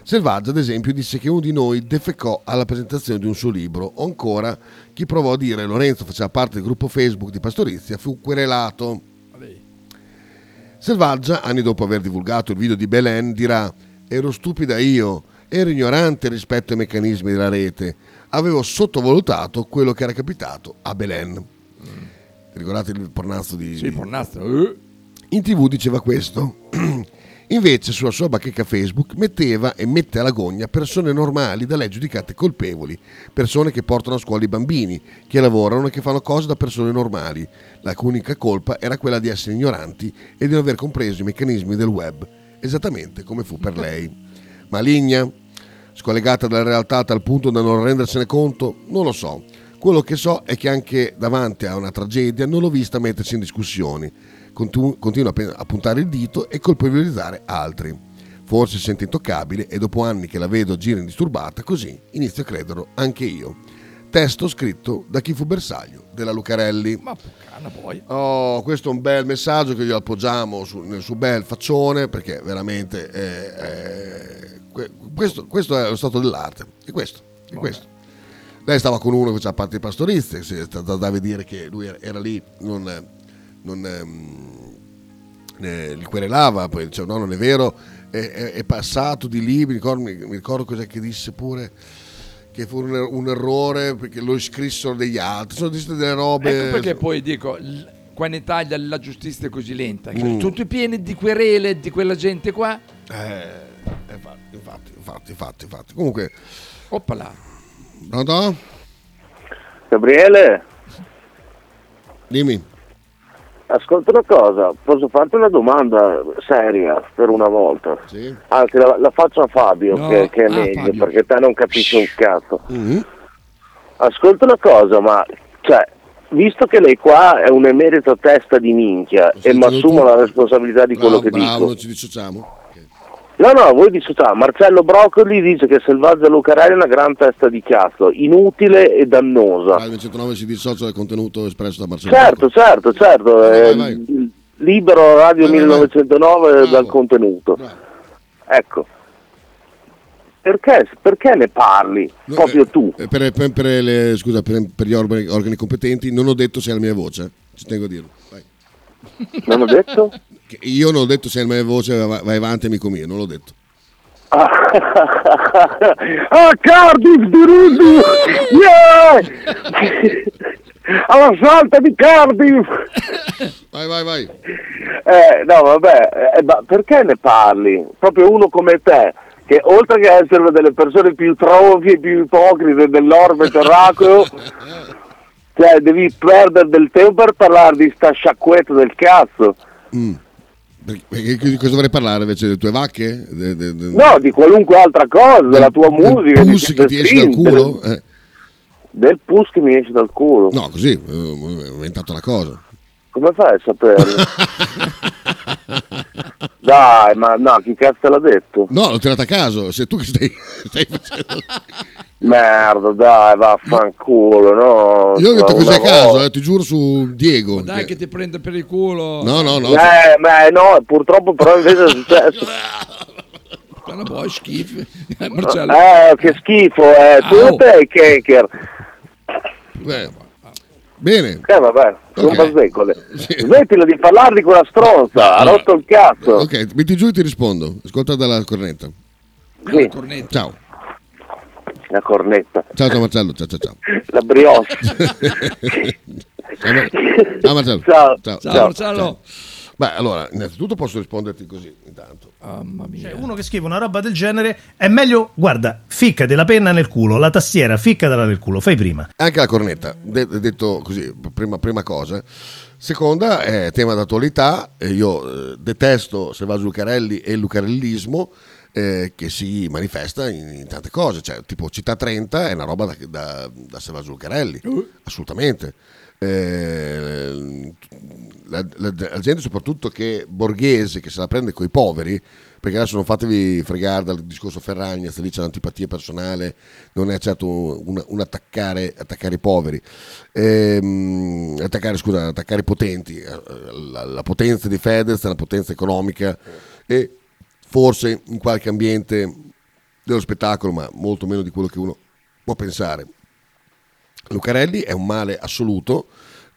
Selvaggia ad esempio disse che uno di noi defecò alla presentazione di un suo libro, o ancora chi provò a dire Lorenzo faceva parte del gruppo Facebook di Pastorizia fu querelato. Ecco Ecco Selvaggia, anni dopo aver divulgato il video di Belen, dirà Ero stupida io ero ignorante rispetto ai meccanismi della rete, avevo sottovalutato quello che era capitato a Belen. Ricordate il pornazzo di... Sì, pornazzo. eh. In tv diceva questo. Invece sulla sua bacheca Facebook metteva e mette alla gogna persone normali da lei giudicate colpevoli, persone che portano a scuola i bambini, che lavorano e che fanno cose da persone normali, la cui unica colpa era quella di essere ignoranti e di non aver compreso i meccanismi del web, esattamente come fu per lei. Maligna, scollegata dalla realtà a tal punto da non rendersene conto, non lo so. Quello che so è che anche davanti a una tragedia non l'ho vista mettersi in discussioni. Contu- continua a pe- a puntare il dito e colpevolizzare altri. Forse si sente intoccabile e dopo anni che la vedo gira indisturbata, così inizio a crederlo anche io. Testo scritto da chi fu bersaglio della Lucarelli. Ma puccana poi. Oh, questo è un bel messaggio che gli appoggiamo su- nel suo bel faccione perché veramente eh, eh, que- questo, questo è lo stato dell'arte. E questo, è questo. Lei stava con uno che faceva parte dei pastoristi, si è stata da vedere che lui era, era lì, non, eh, non, ehm, eh, li querelava, poi diceva no non è vero, è, è- è passato di lì, mi ricordo, mi- mi ricordo cos'è che disse pure che fu un, er-, un errore perché lo iscrissero degli altri, sono disse delle robe... Ecco perché poi dico, l- qua in Italia la giustizia è così lenta, che Mm. tutti pieni di querele di quella gente qua. Eh, infatti, infatti, infatti, infatti, infatti. Comunque... Oppala. Pronto? Gabriele, Dimmi. ascolta una cosa, posso farti una domanda seria per una volta? Sì. Anzi, la, la faccio a Fabio, No. che, che è Ah, meglio, Fabio. Mm-hmm. perché te non capisci un cazzo. Ascolta una cosa, ma cioè, visto che lei qua è un emerito testa di minchia e mi assumo la responsabilità di quello Bravo, che bravo, non dico. ci dissociamo. No, no, voi dissociate. Marcello Broccoli dice che Selvaggia Lucarelli è una gran testa di cazzo, inutile e dannosa. Al 109 si dissocia dal contenuto espresso da Marcello. Certo, certo, certo. eh, Libero Radio 1909 dal contenuto. Ecco. Perché, perché ne parli? Proprio tu. Eh, Per, per- per le- scusa, per- per gli organi, organi competenti non ho detto se è la mia voce, ci tengo a dirlo. Non ho detto? Che Io non ho detto se è la mia voce, va- vai avanti amico mio, non l'ho detto. ah, Cardiff di Rudy! Yeah! Alla salta di Cardiff! Vai, vai, vai. Eh, no, vabbè, eh, ma perché ne parli? Proprio uno come te, che oltre che essere delle persone più trovi e più ipocrite dell'orbe terraceo, cioè devi perdere del tempo per parlare di sta sciacquetta del cazzo. Perché di cosa dovrei parlare invece? Delle tue vacche? De- de- de- No, di qualunque altra cosa, della tua musica, di pus che ti esce dal queste spinte, culo? Eh, Del pus che mi esce dal culo. no, così, eh, ho inventato la cosa. Come fai a saperlo? Dai, ma no, chi cazzo te l'ha detto? No, l'ho tirata a caso, sei tu che stai, stai facendo... Merda, dai, vaffanculo, no? Io ho detto Una così a volta. caso, eh, ti giuro su Diego. Dai che ti prende per il culo. No, no, no. Eh, beh, no, purtroppo però invece è successo. Parla poi boh, schifo. Eh, Marcello. cioè, Eh, che schifo, eh. Tu Ah, oh. te e Kenker. Beh, Eh, bene. Eh, vabbè, sono Ok. bazzecole. Smettila di parlare di quella stronza, ha Allora. eh, rotto il cazzo. Ok, metti giù e ti rispondo. Ascolta dalla cornetta. Sì, Ciao. la cornetta, Ciao, ciao Marcello. Ciao, ciao, ciao. la brioche. Ciao, Mar- ciao Marcello. Ciao. Ciao, Marcello. Ciao. Beh, allora, innanzitutto posso risponderti così, intanto. Mamma mia. Cioè, uno che scrive una roba del genere è meglio, guarda, ficcati la penna nel culo, la tastiera, ficcatela nel culo, fai prima. Anche la cornetta, de- detto così, prima, prima cosa. Seconda è tema d'attualità, eh, io eh, detesto Selvaggio Lucarelli e il lucarellismo eh, che si manifesta in, in tante cose, cioè tipo Città 30 è una roba da, da, da Selvaggio Lucarelli, assolutamente. Eh, la, la- la gente soprattutto che borghese che se la prende coi poveri perché adesso non fatevi fregare dal discorso Ferragnez lì c'è l'antipatia personale non è certo un, un attaccare, attaccare i poveri Ehm, attaccare scusa attaccare i potenti Eh, la, la potenza di Fedez è una potenza economica e forse in qualche ambiente dello spettacolo ma molto meno di quello che uno può pensare Lucarelli è un male assoluto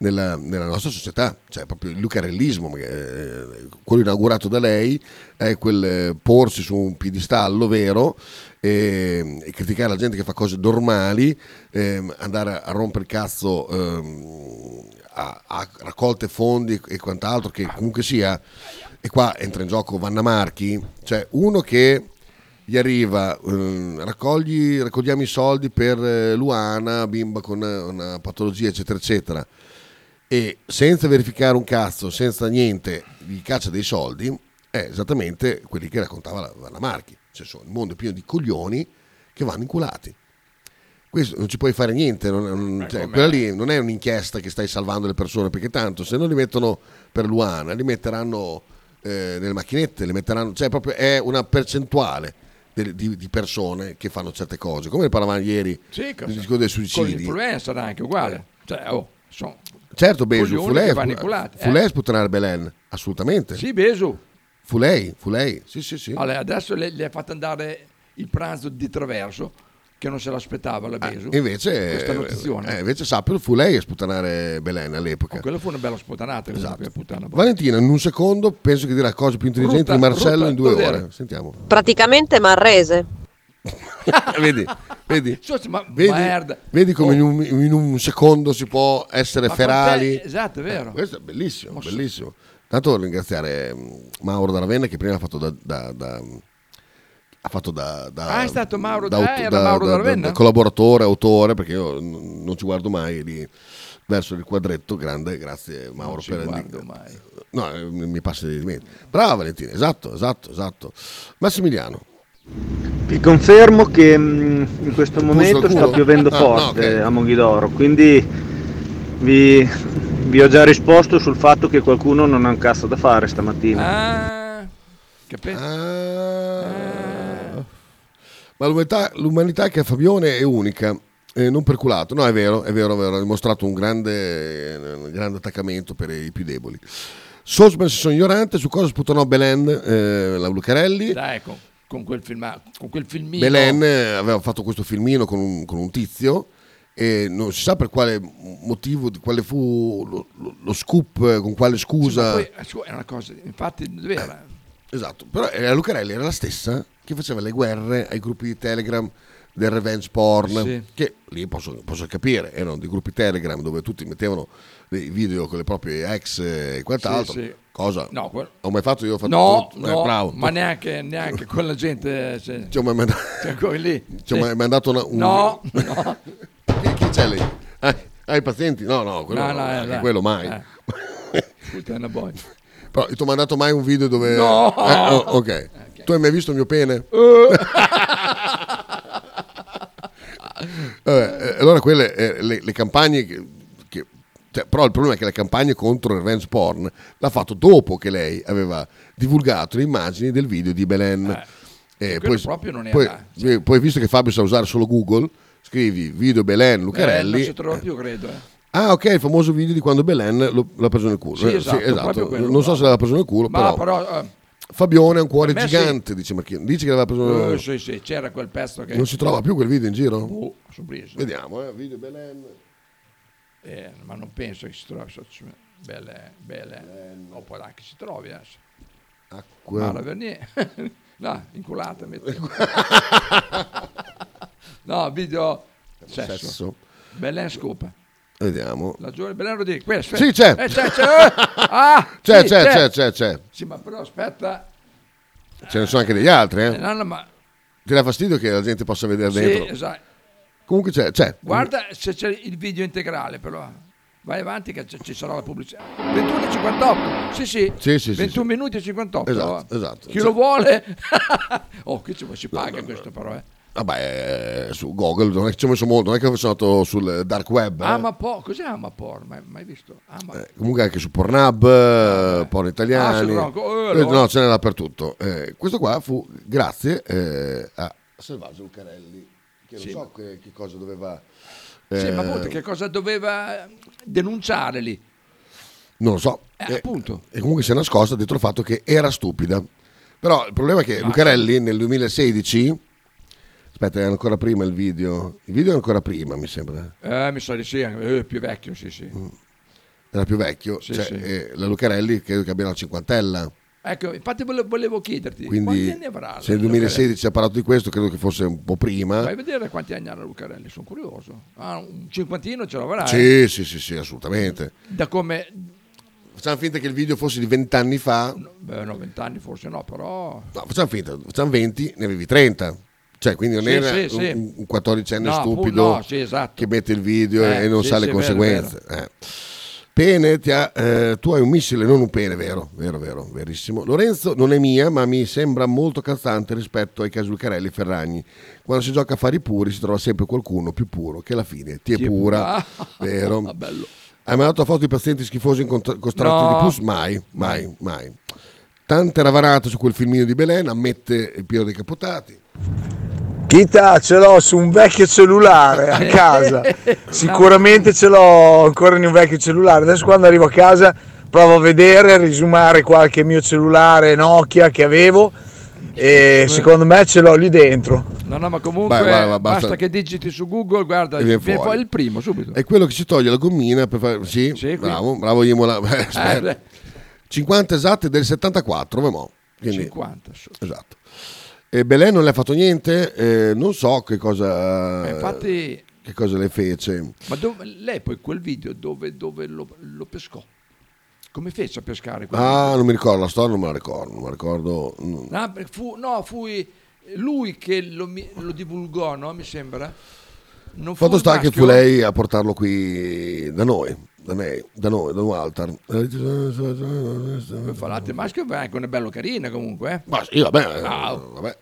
nella, nella nostra società, cioè proprio il lucarellismo, eh, quello inaugurato da lei è quel eh, porsi su un piedistallo vero eh, e, criticare la gente che fa cose normali, ehm, andare a rompere il cazzo ehm, a, a raccolte fondi e quant'altro, che comunque sia, e qua entra in gioco Vanna Marchi, cioè uno che gli arriva, ehm, raccogli- raccogliamo i soldi per eh, Luana, bimba con eh, una patologia, eccetera, eccetera, e senza verificare un cazzo, senza niente, gli caccia dei soldi, è esattamente quelli che raccontava la, Vanna Marchi, cioè sono il mondo è pieno di coglioni che vanno inculati. Questo non ci puoi fare niente, non- non- cioè, com'è? quella lì non è un'inchiesta che stai salvando le persone, perché tanto se non li mettono per Luana, li metteranno eh, nelle macchinette, le metteranno, cioè proprio è una percentuale del- di, di persone che fanno certe cose, come ne parlavamo ieri Sì, del cosa- discorso dei con suicidi. l'influencer anche Eh. uguale. Cioè, oh, sono- Certo, Besu, Coglioni fu che lei, vanno fu, inculati, fu eh. lei sputtanare Belen, assolutamente. Sì, Besu. Fu lei, fu lei, sì, sì, sì. Allora, adesso le, le ha fatto andare il pranzo di traverso, che non se l'aspettava la Besu. E Ah, invece, questa notizione. eh, invece Sappero fu lei a sputtanare Belen all'epoca. Quella fu una bella sputanata. Esatto. Puttana. Valentina, in un secondo, penso che dirà cose più intelligenti Brutta, di Marcello brutta, in due devo dire. ore. Sentiamo. Praticamente Marrese. vedi, vedi, Cioè, ma- vedi, merda. vedi come in, un, in un secondo si può essere Ma ferali. Eh, quant'è- Esatto, è vero. questo è bellissimo, bellissimo. Tanto voglio ringraziare mh, Mauro da Ravenna che prima ha fatto da... da- da- ha fatto da, da- Ah, è stato Mauro- aut- eh, era Mauro da Ravenna? collaboratore, autore, perché io n- non ci guardo mai lì verso il quadretto grande, grazie Mauro Non ci per guardo mai. No, eh, mi mi passa di mente. Brava Valentina, esatto, esatto, esatto. Massimiliano. Vi confermo che mm, in questo momento al sta culo? piovendo Ah, forte no, ok. a Moghidoro, quindi vi, vi ho già risposto sul fatto che qualcuno non ha un cazzo da fare stamattina. Ah. Capito? Eh. Ma l'umanità, l'umanità che ha Fabione è unica, eh, non per culato. No, è vero, è vero, è vero. Ha dimostrato un grande, eh, un grande attaccamento per i più deboli. Sosman si sono ignorante su cosa sputanò Belen, eh, la Lucarelli. Dai, ecco, con quel, filma- con quel filmino. Belen eh, aveva fatto questo filmino con un, con un tizio e non si sa per quale motivo, di quale fu lo, lo- lo scoop, eh, con quale scusa. Poi, eh, scusa, è una cosa, infatti, vera. Esatto, però eh, la Lucarelli era la stessa che faceva le guerre ai gruppi di Telegram del revenge porn, Sì. che lì posso, posso capire, erano dei gruppi Telegram dove tutti mettevano dei video con le proprie ex e quant'altro, Sì, sì. cosa No, quel- ho mai fatto io, ho fatto No, tutto. Eh, no, bravo. ma neanche, neanche con la gente. Cioè, Ci ho mai manda- cioè, quelli lì. ci ho mai mandato una- un... No, no. chi, chi c'è lì? Ah, ah, i pazienti? No, no, quello, no, No, no, eh, anche dai. quello mai. Eh. Puttana boy. Però ti ho mandato mai un video dove... No! Eh, oh, ok. Tu hai mai visto il mio pene? Eh. Vabbè, eh, allora quelle eh, le, le campagne che, che- cioè, però il problema è che le campagne contro il revenge porn l'ha fatto dopo che lei aveva divulgato le immagini del video di Belen Eh, quello proprio non era, poi, eh, poi visto che Fabio sa usare solo Google scrivi video Belen Eh, non Lucarelli ci trovo più, credo. eh. ah ok il famoso video di quando Belen lo- l'ha preso nel culo Sì, Eh, esatto, proprio quello, non so se l'ha preso nel culo Ma però, però, eh, Fabione ha un cuore Per me sì. gigante dice Marchino dice che l'aveva preso eh, sì, sì, c'era quel pezzo che. non si trova più quel video in giro? Boh, sono preso. Vediamo, eh, video Belen. Eh, ma non penso che si trovi. so- ci- Belle, belle. O poi anche si trovi adesso. Acqua. Ma la vernier. no, inculata. metti. no, video. Sesso. Sesso. Belen scopa. Vediamo. La giovane Belen Rodriguez. Questo, Sì, eh. c'è. Eh, c'è, c'è. eh. Ah, C'è, sì, c'è, c'è, c'è, c'è. Sì, ma però aspetta. Ce ne sono anche degli altri, Eh, eh. no, no, ma. Ti dà fastidio che la gente possa vedere Sì, dentro. esatto. Comunque c'è, c'è. Guarda se c'è il video integrale, però. Vai avanti che c- ci sarà la pubblicità. 21.58. Sì, sì. Sì, sì, sì, 21 minuti e 58. Esatto, esatto. Chi Cioè- lo vuole? oh, qui ci si paga questo però, eh. Vabbè, eh, su Google non è che ci ho messo molto, non è che sono andato sul dark web. eh. Amapo, cos'è Amapor? Mai, mai visto? Ama- Comunque anche su Pornhub, eh, porno Ah, italiani. sul Bronco, eh, Eh, allora. no, ce n'è dappertutto. Eh, questo qua fu grazie eh, a Selvaggio Lucarelli, che Sì. non so che, che cosa doveva... Sì, ma eh, appunto, che cosa doveva denunciare lì? Non lo so. Eh, appunto. E comunque si è nascosta dietro il fatto che era stupida. Però il problema è che Ma- Lucarelli nel 2016... Aspetta, è ancora prima il video. Il video è ancora prima, mi sembra. Mm. Eh, mi sa di sì, anche- eh, più vecchio, sì, sì. era più vecchio, Sì, cioè, sì. eh, la Lucarelli credo che abbia una cinquantella. Ecco, infatti vole- volevo chiederti quanti Quindi anni avrà la se nel Lucarelli? 2016 ha parlato di questo, credo che fosse un po' prima. Vai a vedere quanti anni ha la Lucarelli, sono curioso. Ah, un cinquantino ce l'avrà. eh? Sì, sì, sì, sì, assolutamente. Da come... Facciamo finta che il video fosse di vent'anni fa. Beh, no, vent'anni forse no, però... No, facciamo finta, facciamo 20, ne avevi 30. Cioè, quindi non Sì, era sì, sì. un, un 14enne No, pu- stupido no, sì, esatto. che mette il video Eh, e non sì, sa le sì, conseguenze. Eh. Pene, ti ha- eh, tu hai un missile, non un pene, vero, vero, vero, verissimo. Lorenzo non è mia, ma mi sembra molto calzante rispetto ai Casulcarelli e Ferragni. Quando si gioca a fare i puri si trova sempre qualcuno più puro che alla fine ti è Ti è- pura, Ah, vero? bello. Hai mandato foto di pazienti schifosi incont- costratti No. di plus? Mai, mai, mai. Tanta ravarata su quel filmino di Belen, ammette il Piero dei Capotati. Chita, ce l'ho Oh, su un vecchio cellulare a casa. Sicuramente ce l'ho ancora in un vecchio cellulare. Adesso quando arrivo a casa provo a vedere, a risumare qualche mio cellulare Nokia che avevo e secondo me ce l'ho lì dentro. No, no, ma comunque Vai, guarda, guarda, basta. basta che digiti su Google, guarda, E viene viene fuori. fuori il primo subito. È quello che si toglie la gommina per fare... Sì, bravo, bravo Imola. Eh, Beh, aspetta. beh. 50 esatte del 74, vabbè. mo. Quindi- 50. Esatto. E Belen non le ha fatto niente? Eh, non so che cosa... Eh, infatti- Che cosa le fece? Ma dove, lei poi quel video dove, dove lo, lo pescò? Come fece a pescare quel Ah, non mi ricordo, la storia non me la ricordo, non me la ricordo... mm. video? Ah, perché fu, no, fu i- lui che lo, mi- lo divulgò, no? Mi sembra. Non fu Fatto il sta che maschio? fu lei a portarlo qui da noi, da me, da noi, da Walter. Poi fra l'altro il maschio è anche una bella carina comunque. Eh? Ma sì, vabbè, Wow. vabbè.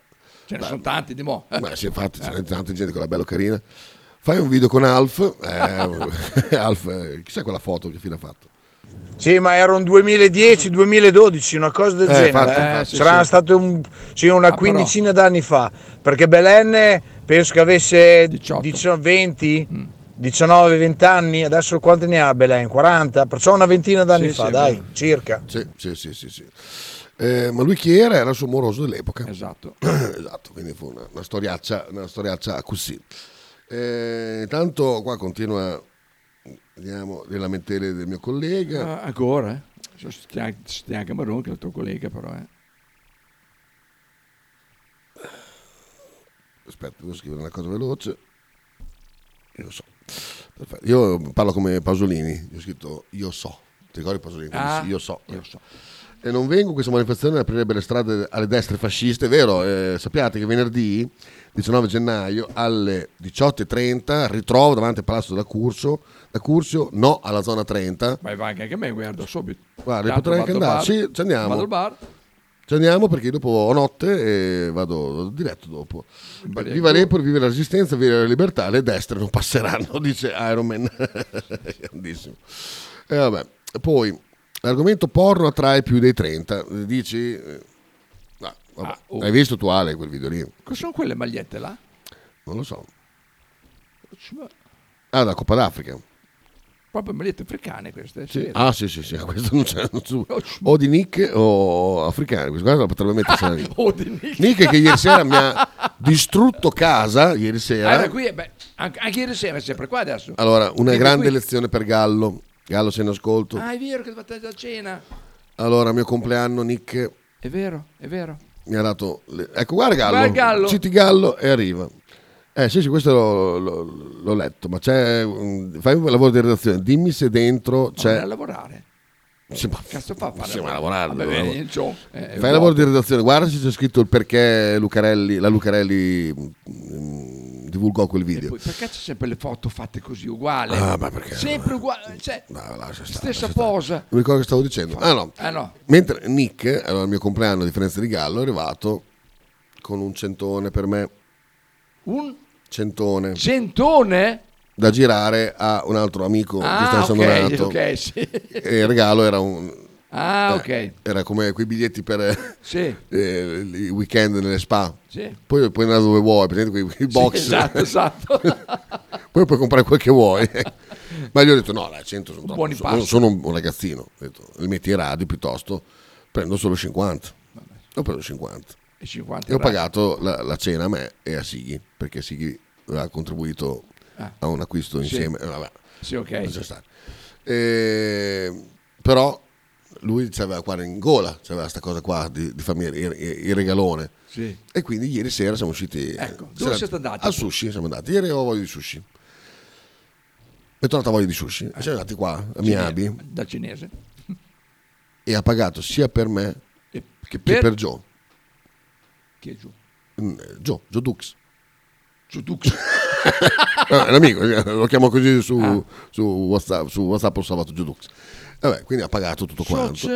Ce ne Beh. sono tanti di mo'. eh. Ma si, infatti, c'è tanta gente con la bella carina. Fai un video con Alf, eh, Alf, eh, chissà quella foto che fine ha fatto. Sì, ma era un 2010-2012, una cosa del Eh, genere. infatti, eh. infatti, Sarà sì. Ah, stato un- sì, una però. quindicina d'anni fa, perché Belen penso che avesse 19, 20, Mm. 19, 20 anni, adesso quanti ne ha Belen? 40, perciò una ventina d'anni Sì, fa, sì, dai, beh. circa. Sì, sì, sì, sì. sì. Eh, ma lui chi era? Era il suo moroso dell'epoca. Esatto. esatto, quindi fu una, una storiaccia, una storiaccia così. Eh, intanto qua continua, vediamo, le lamentele del mio collega. Ah, ancora? eh? Cioè, Stia stia anche Marron che è il tuo collega però. Eh. Aspetta, devo scrivere una cosa veloce. Io lo so. Perfetto. Io parlo come Pasolini, gli ho scritto io so. Ti ricordi Pasolini? Ah, Dici, io so. Io so. E non vengo, questa manifestazione aprirebbe le strade alle destre fasciste, è vero? eh, sappiate che venerdì 19 gennaio alle 18.30 ritrovo davanti al palazzo da Curzio, da Curzio no alla zona 30. Ma va anche anche me, guarda subito. Guarda, Tanto potrei anche vado al andare. bar, Sì, ci andiamo. Vado al bar. Ci andiamo perché dopo ho notte e vado, vado diretto dopo. Viva Viva l'Epor, viva la resistenza, viva la libertà, le destre non passeranno, dice Iron Man. Grandissimo. E Eh, vabbè. Poi, l'argomento porno attrae più dei 30. Dici... eh, no, vabbè. Ah, oh. Hai visto tu Ale quel video lì? Cosa sono quelle magliette là? Non lo so. Ah, da Coppa d'Africa. Proprio magliette africane queste. Sì. sì. Oh, Ah sì sì sì, questo non c'è. non c'è. O di Nick o africano, questo qua la potrebbe mettersi lì. Oh, di Nick. Nick che ieri sera mi ha distrutto casa, ieri sera. Allora, qui, eh, beh, anche, anche ieri sera è sempre qua adesso. Allora, una Vieni grande qui. lezione per Gallo. Gallo sei in ascolto. Ah, è vero che fate la cena. Allora, mio compleanno, Nick È vero, è vero. mi ha dato... le- Ecco, guarda Gallo. Guarda Gallo. Citi Gallo e arriva. Eh sì, sì, questo l'ho, l'ho- l'ho letto, ma c'è... mm, Fai un lavoro di redazione, dimmi se dentro c'è... Andare a lavorare. Sì, ma- Cazzo fa a fare? sì, ma Eh. lavorare, Vabbè, lavorare. vieni, ciao. Eh, Fai il lavoro di redazione, guarda se c'è scritto il perché Lucarelli, la Lucarelli mm, divulgò quel video. Poi, perché c'è sempre le foto fatte così uguali? Ah, ma perché? Ah, Sempre uguali. Cioè, stessa lascia stare. posa. Non mi ricordo che stavo dicendo. Ah no. Ah, no. Mentre Nick, allora il mio compleanno a differenza di Gallo, è arrivato con un centone per me. Un Centone. centone? Da girare a un altro amico che Boh, sta Ah, in ok, San Donato. ok, sì. E il regalo era un... Ah, eh, ok. Era come quei biglietti per Sì. eh, i weekend nelle spa. Sì. Poi puoi andare dove vuoi, per esempio quei, quei Sì, box. esatto, esatto. Poi puoi comprare quel che vuoi. Ma gli ho detto: no, dai, 100 sono troppo. Buoni Sono, pasti. sono un ragazzino. Ho detto, li metti in radio piuttosto, prendo solo 50. Ho preso 50. E 50 E ho euro. pagato la, la cena a me e a Sighi, perché Sighi aveva contribuito Ah. a un acquisto Sì. insieme. Eh, vabbè. Sì, ok. Lascia stare. Eh, però lui aveva qua in gola, c'aveva questa cosa qua di, di farmi il, il- il regalone. Sì. E quindi ieri sera siamo usciti eh, Ecco, dove sera- siete andati? Al sushi siamo andati. Ieri avevo voglia di sushi. Mi è tornata voglia di sushi. E Eh. siamo andati qua a Cine- Miabi Da cinese. e ha pagato sia per me E- che per- per, per Joe. Chi è giù? Mm, Joe, Joe Dux. No, è un amico, eh, lo chiamo così su, Ah. su WhatsApp, su WhatsApp ho salvato Joe Dux. Vabbè, quindi ha pagato tutto quanto.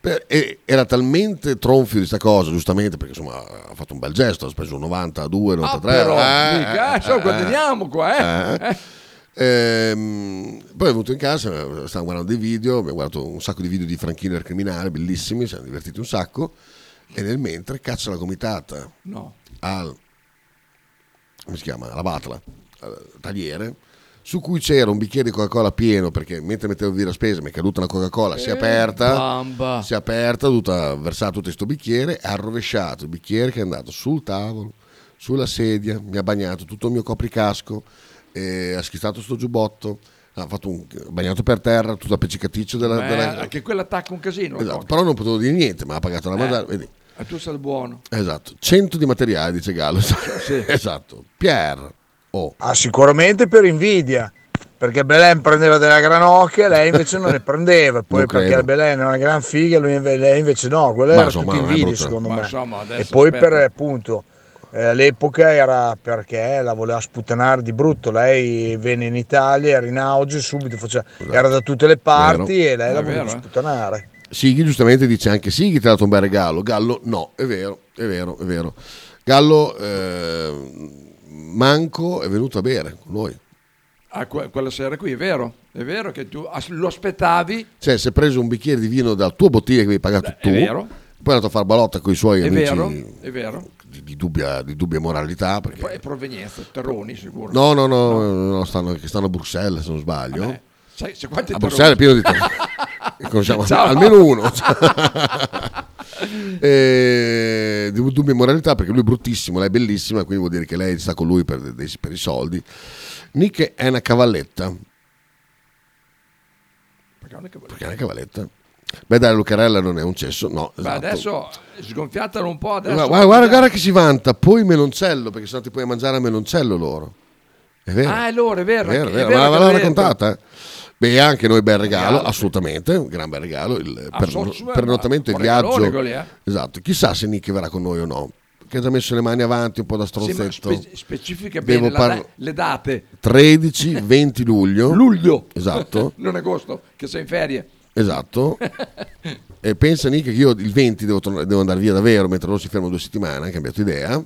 Per- e era talmente tronfio di sta cosa, giustamente, perché insomma ha fatto un bel gesto, ha speso 92, 93 Ah, però, eh, mica, eh, eh, so, eh, guadagniamo qua, eh. Ehm, poi è venuto in casa, stavamo guardando dei video, abbiamo guardato un sacco di video di Franchino e il criminale, bellissimi, ci siamo divertiti un sacco. E nel mentre caccia la gomitata No. al come si chiama? Alla batla, al tagliere, su cui c'era un bicchiere di Coca-Cola pieno perché mentre mettevo via la spesa mi è caduta una Coca-Cola, si è Eh, aperta, bamba. si è aperta, ho dovuto versare tutto questo bicchiere, ha rovesciato il bicchiere che è andato sul tavolo, sulla sedia, mi ha bagnato tutto il mio copricasco, eh, ha schizzato sto giubbotto, ha fatto un bagnato per terra, tutto appiccicaticcio della... Beh, della- Anche quell'attacco è un casino. la Esatto, cosa. però non potevo dire niente, ma ha pagato la Eh. madonna. vedi. Ma tu sei il buono. Esatto, 100 di materiale, dice Gallo. esatto, Pier. Oh. Ah, sicuramente per invidia. Perché Belen prendeva della granocchia e lei invece non ne prendeva. Poi Non perché credo. Belen era una gran figa, lui inve- lei invece no. Quella Ma era insomma, tutto non è invidia, brutto. secondo Ma me. insomma, adesso e poi aspetta. per appunto eh, all'epoca era perché la voleva sputtanare di brutto. Lei venne in Italia, era in auge subito, faceva- era da tutte le parti Esatto. Vero. e lei la È voleva vero, eh. sputtanare. Sighi giustamente dice anche Sighi ti ha dato un bel regalo. Gallo no, è vero, è vero, è vero. Gallo eh, manco è venuto a bere con noi. Ah, que- quella sera qui, è vero? È vero che tu as- lo aspettavi? Cioè si è preso un bicchiere di vino dalla tua bottiglia che avevi pagato tu. vero. Poi è andato a far balotta con i suoi È amici vero? È vero? Di, di dubbia, di dubbia moralità. Perché... Poi è provenienza, Terroni sicuro. No, no, no, no, stanno, che stanno a Bruxelles se non sbaglio. Sai, sai quanti a Terroni- Bruxelles è pieno di te. Conosciamo Ciao. almeno uno. eh, di dubbia moralità perché lui è bruttissimo, lei è bellissima, quindi vuol dire che lei sta con lui per, dei- per i soldi. Nick è una cavalletta. Perché non è che- Perché è una cavalletta? Beh, dai, Lucarella non è un cesso, no. Ma esatto. adesso sgonfiatelo un po'. Adesso, Guarda, guarda, guarda, guarda che si vanta, poi meloncello, perché sono andati poi a mangiare a meloncello loro. È vero. Ah, è loro, è vero. Vero, è vero, ma vero che l'aveva l'ha detto. raccontata. eh. Beh, anche noi bel regalo, assolutamente, un gran bel regalo, il Ah, per- Assolutamente, pernottamento e ah, un regalone viaggio. quelli, eh. Esatto, chissà se Nick verrà con noi o no, perché ha già messo le mani avanti un po' da Sì, ma stronzetto. spe- specifica Devo bene la- parla- le date. 13, 20 luglio. luglio. Esatto, non agosto, che sei in ferie. esatto. e pensa Nick che io il 20 devo, tornare- devo andare via davvero, mentre loro si fermano due settimane, hanno cambiato idea.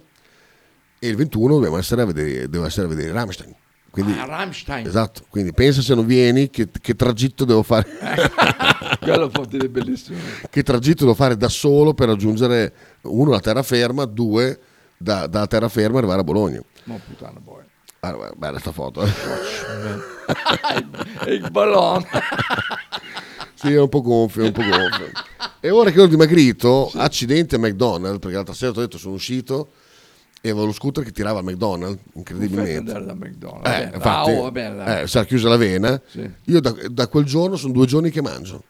E il 21 dobbiamo essere a vedere, devo essere a vedere Rammstein. Quindi, Ah, Rammstein. Esatto, quindi pensa se non vieni, che, che tragitto devo fare. Quello può dire bellissimo. che tragitto devo fare da solo per raggiungere uno la terraferma, due da, da terraferma arrivare a Bologna. Ma puttana boh. boia. Guarda, guarda, bella sta foto. eh. E il ballon. sì, è un po' gonfio, è un po' gonfio. E ora che ho dimagrito, accidente a McDonald's, perché l'altra sera ti ho detto sono uscito e avevo lo scooter che tirava al McDonald's, Perfetto incredibilmente. andare da McDonald's. Eh, Vabbè, infatti, ah, oh, vabbè, dai. eh, si era chiusa la vena. Sì. Io da, da quel giorno sono due giorni che mangio.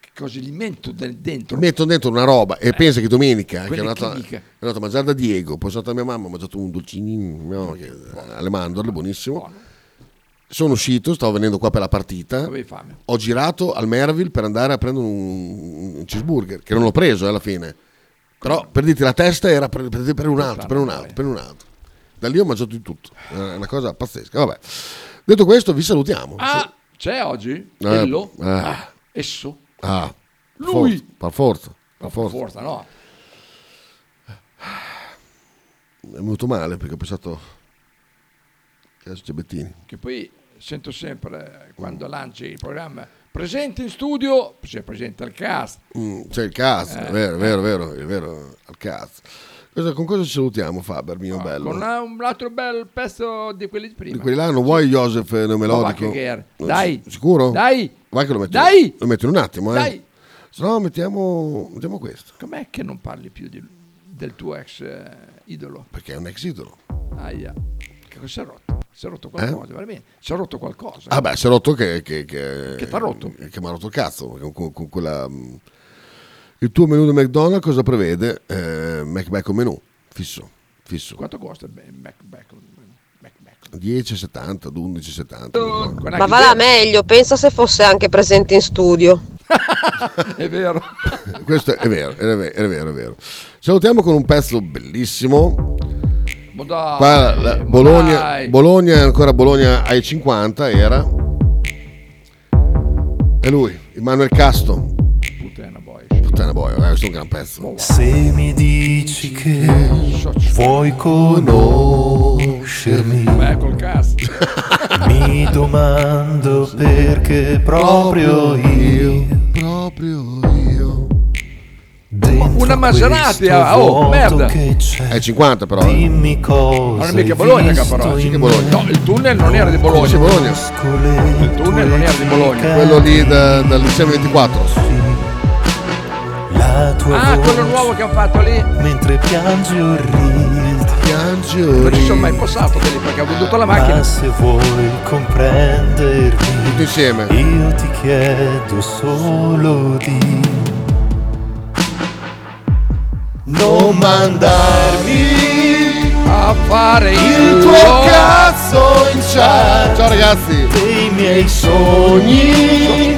Che cosa li metto del- dentro? Metto dentro una roba e pensa che domenica che Quelle è andato, chimiche. è andato a mangiare da Diego, poi sono andato da mia mamma, ho mangiato un dolcinino no, che- alle mandorle, buonissimo. Sono uscito, stavo venendo qua per la partita. Avevi fame. Ho girato al Merville per andare a prendere un, un cheeseburger, che non l'ho preso eh, alla fine. Però per dirti la testa era per, per- per un altro, per un altro, per un altro. Da lì ho mangiato di tutto. Eh, È una cosa pazzesca. Vabbè. Detto questo, vi salutiamo. Ah, c'è oggi? Eh, Quello? eh. Ah, esso? Ah, Lui! forza, per forza, per Forza. forza. no? Mi è venuto male perché ho pensato che adesso c'è Bettini. Che poi sento sempre eh, quando lanci il programma presente in studio, si presenta il cast. Mm, c'è il cazzo, Eh. è vero, è vero, è vero, è vero, al cazzo. Cosa- con cosa ci salutiamo Faber, mio bello? Ah, Con una- un altro bel pezzo di quelli di prima. Di quelli là non vuoi Joseph eh, Ma Neomelodico? va che era. No, Dai. sic- Sicuro? Dai. Vai che lo metto, Dai. Lo metto in un attimo, eh. Dai. Se no mettiamo, mettiamo questo, Com'è che non parli più di- del tuo ex eh, idolo? perché è un ex idolo. Eh? Aia, che cosa è rotto? Si è rotto qualcosa, veramente. Si è rotto qualcosa. Ah beh, si è rotto che... Che, che, Che t'ha rotto. Che mi ha rotto il cazzo. Con, con- con quella... mm. Il tuo menù di McDonald's cosa prevede? Eh, McBacon menù, fisso, fisso. Quanto costa il Mac- Mac- Mac- 10,70, 11,70. Ma va là meglio, pensa se fosse anche presente in studio. È vero. Questo è vero, è vero, è vero, è vero. Salutiamo con un pezzo bellissimo. Ma dai, Qua la- ma Bologna, dai. Bologna, ancora Bologna ai 50 era. E lui, Emanuele Casto. Puttana boy. Boh. Puttana boy, eh, questo è un gran pezzo. Se mi dici che vuoi conoscermi, Ecco mi domando perché proprio io, proprio io, Una Maserati, questo ah, oh, vuoto merda. che c'è, Ai 50 però. eh. dimmi cosa Ma non è mica Bologna che ha però. Sì, che Bologna. No, il tunnel non era di Bologna. Il tunnel non era di Bologna. Quello lì da- dal liceo 24. Ah, quello nuovo che hanno fatto lì. mentre piangi o ridi, piangi o Non ci sono mai passato da lì perché ho venduto la macchina. Ma se vuoi comprendermi, Io ti chiedo solo di non mandarmi a fare il tuo cazzo in chat. Ciao ragazzi. Dei miei sogni.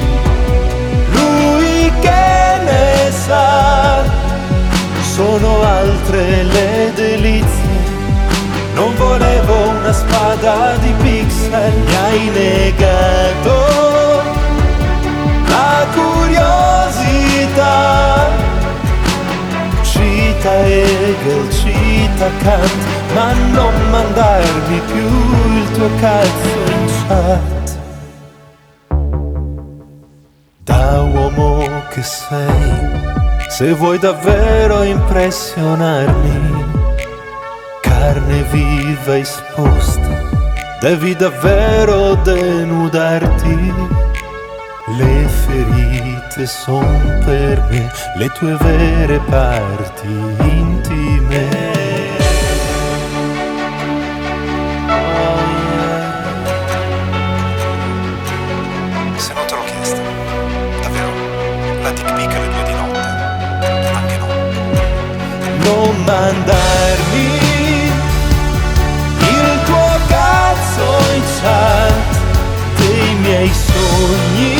Lui che ne sa. Sono altre le delizie. Non volevo una spada di pixel, mi hai negato la curiosità. Cita Hegel, cita Kant, ma non mandarmi più il tuo cazzo in chat. Da uomo che sei, se vuoi davvero impressionarmi, carne viva esposta, devi davvero denudarti. Le ferite son per me le tue vere parti intime. Se non te l'ho chiesto, davvero, la dick pic alle due di notte, anche no. Non mandarmi il tuo cazzo in chat dei miei sogni.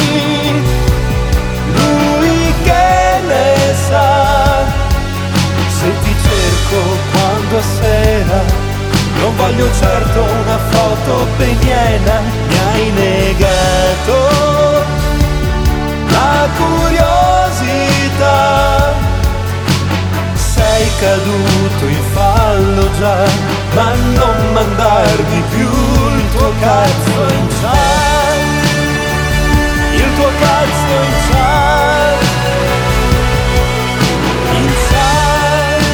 Lui che ne sa, se ti cerco quando è sera. Non voglio certo una foto peniena, mi hai negato la curiosità. Sei caduto in fallo già, ma non mandarmi più il tuo cazzo in chat. Il tuo cazzo in chat. In chat.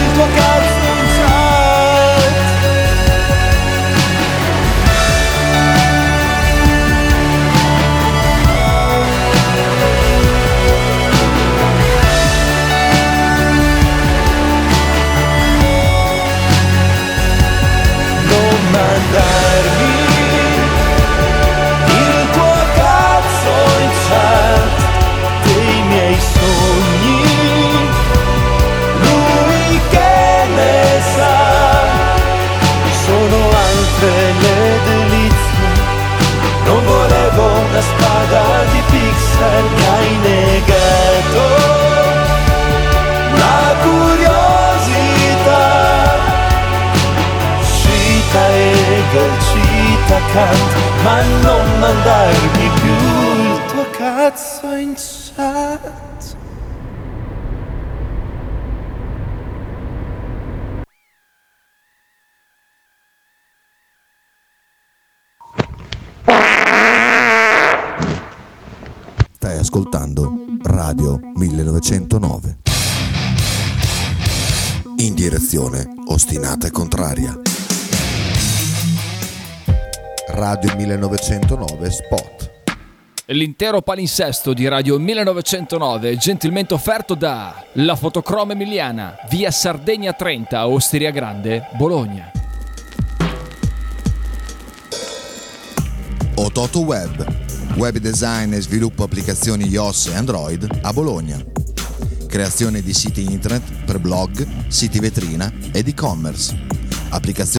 Il tuo cazzo in chat. non mandarmi il tuo cazzo in chat dei miei sogni. Lui che ne sa, sono altre le delizie. Non volevo una spada di pixel, mi hai negato la curiosità. Cita Hegel, cita Kant, ma non mandarmi più il tuo cazzo in chat. Stai ascoltando Radio 1909. In direzione ostinata e contraria. Radio 1909 Spot. L'intero palinsesto di Radio 1909 gentilmente offerto da La Fotocroma Emiliana, via Sardegna 30, Osteria Grande, Bologna. Prototo Web, web design e sviluppo applicazioni iOS e Android a Bologna. Creazione di siti internet per blog, siti vetrina ed e-commerce. Applicazioni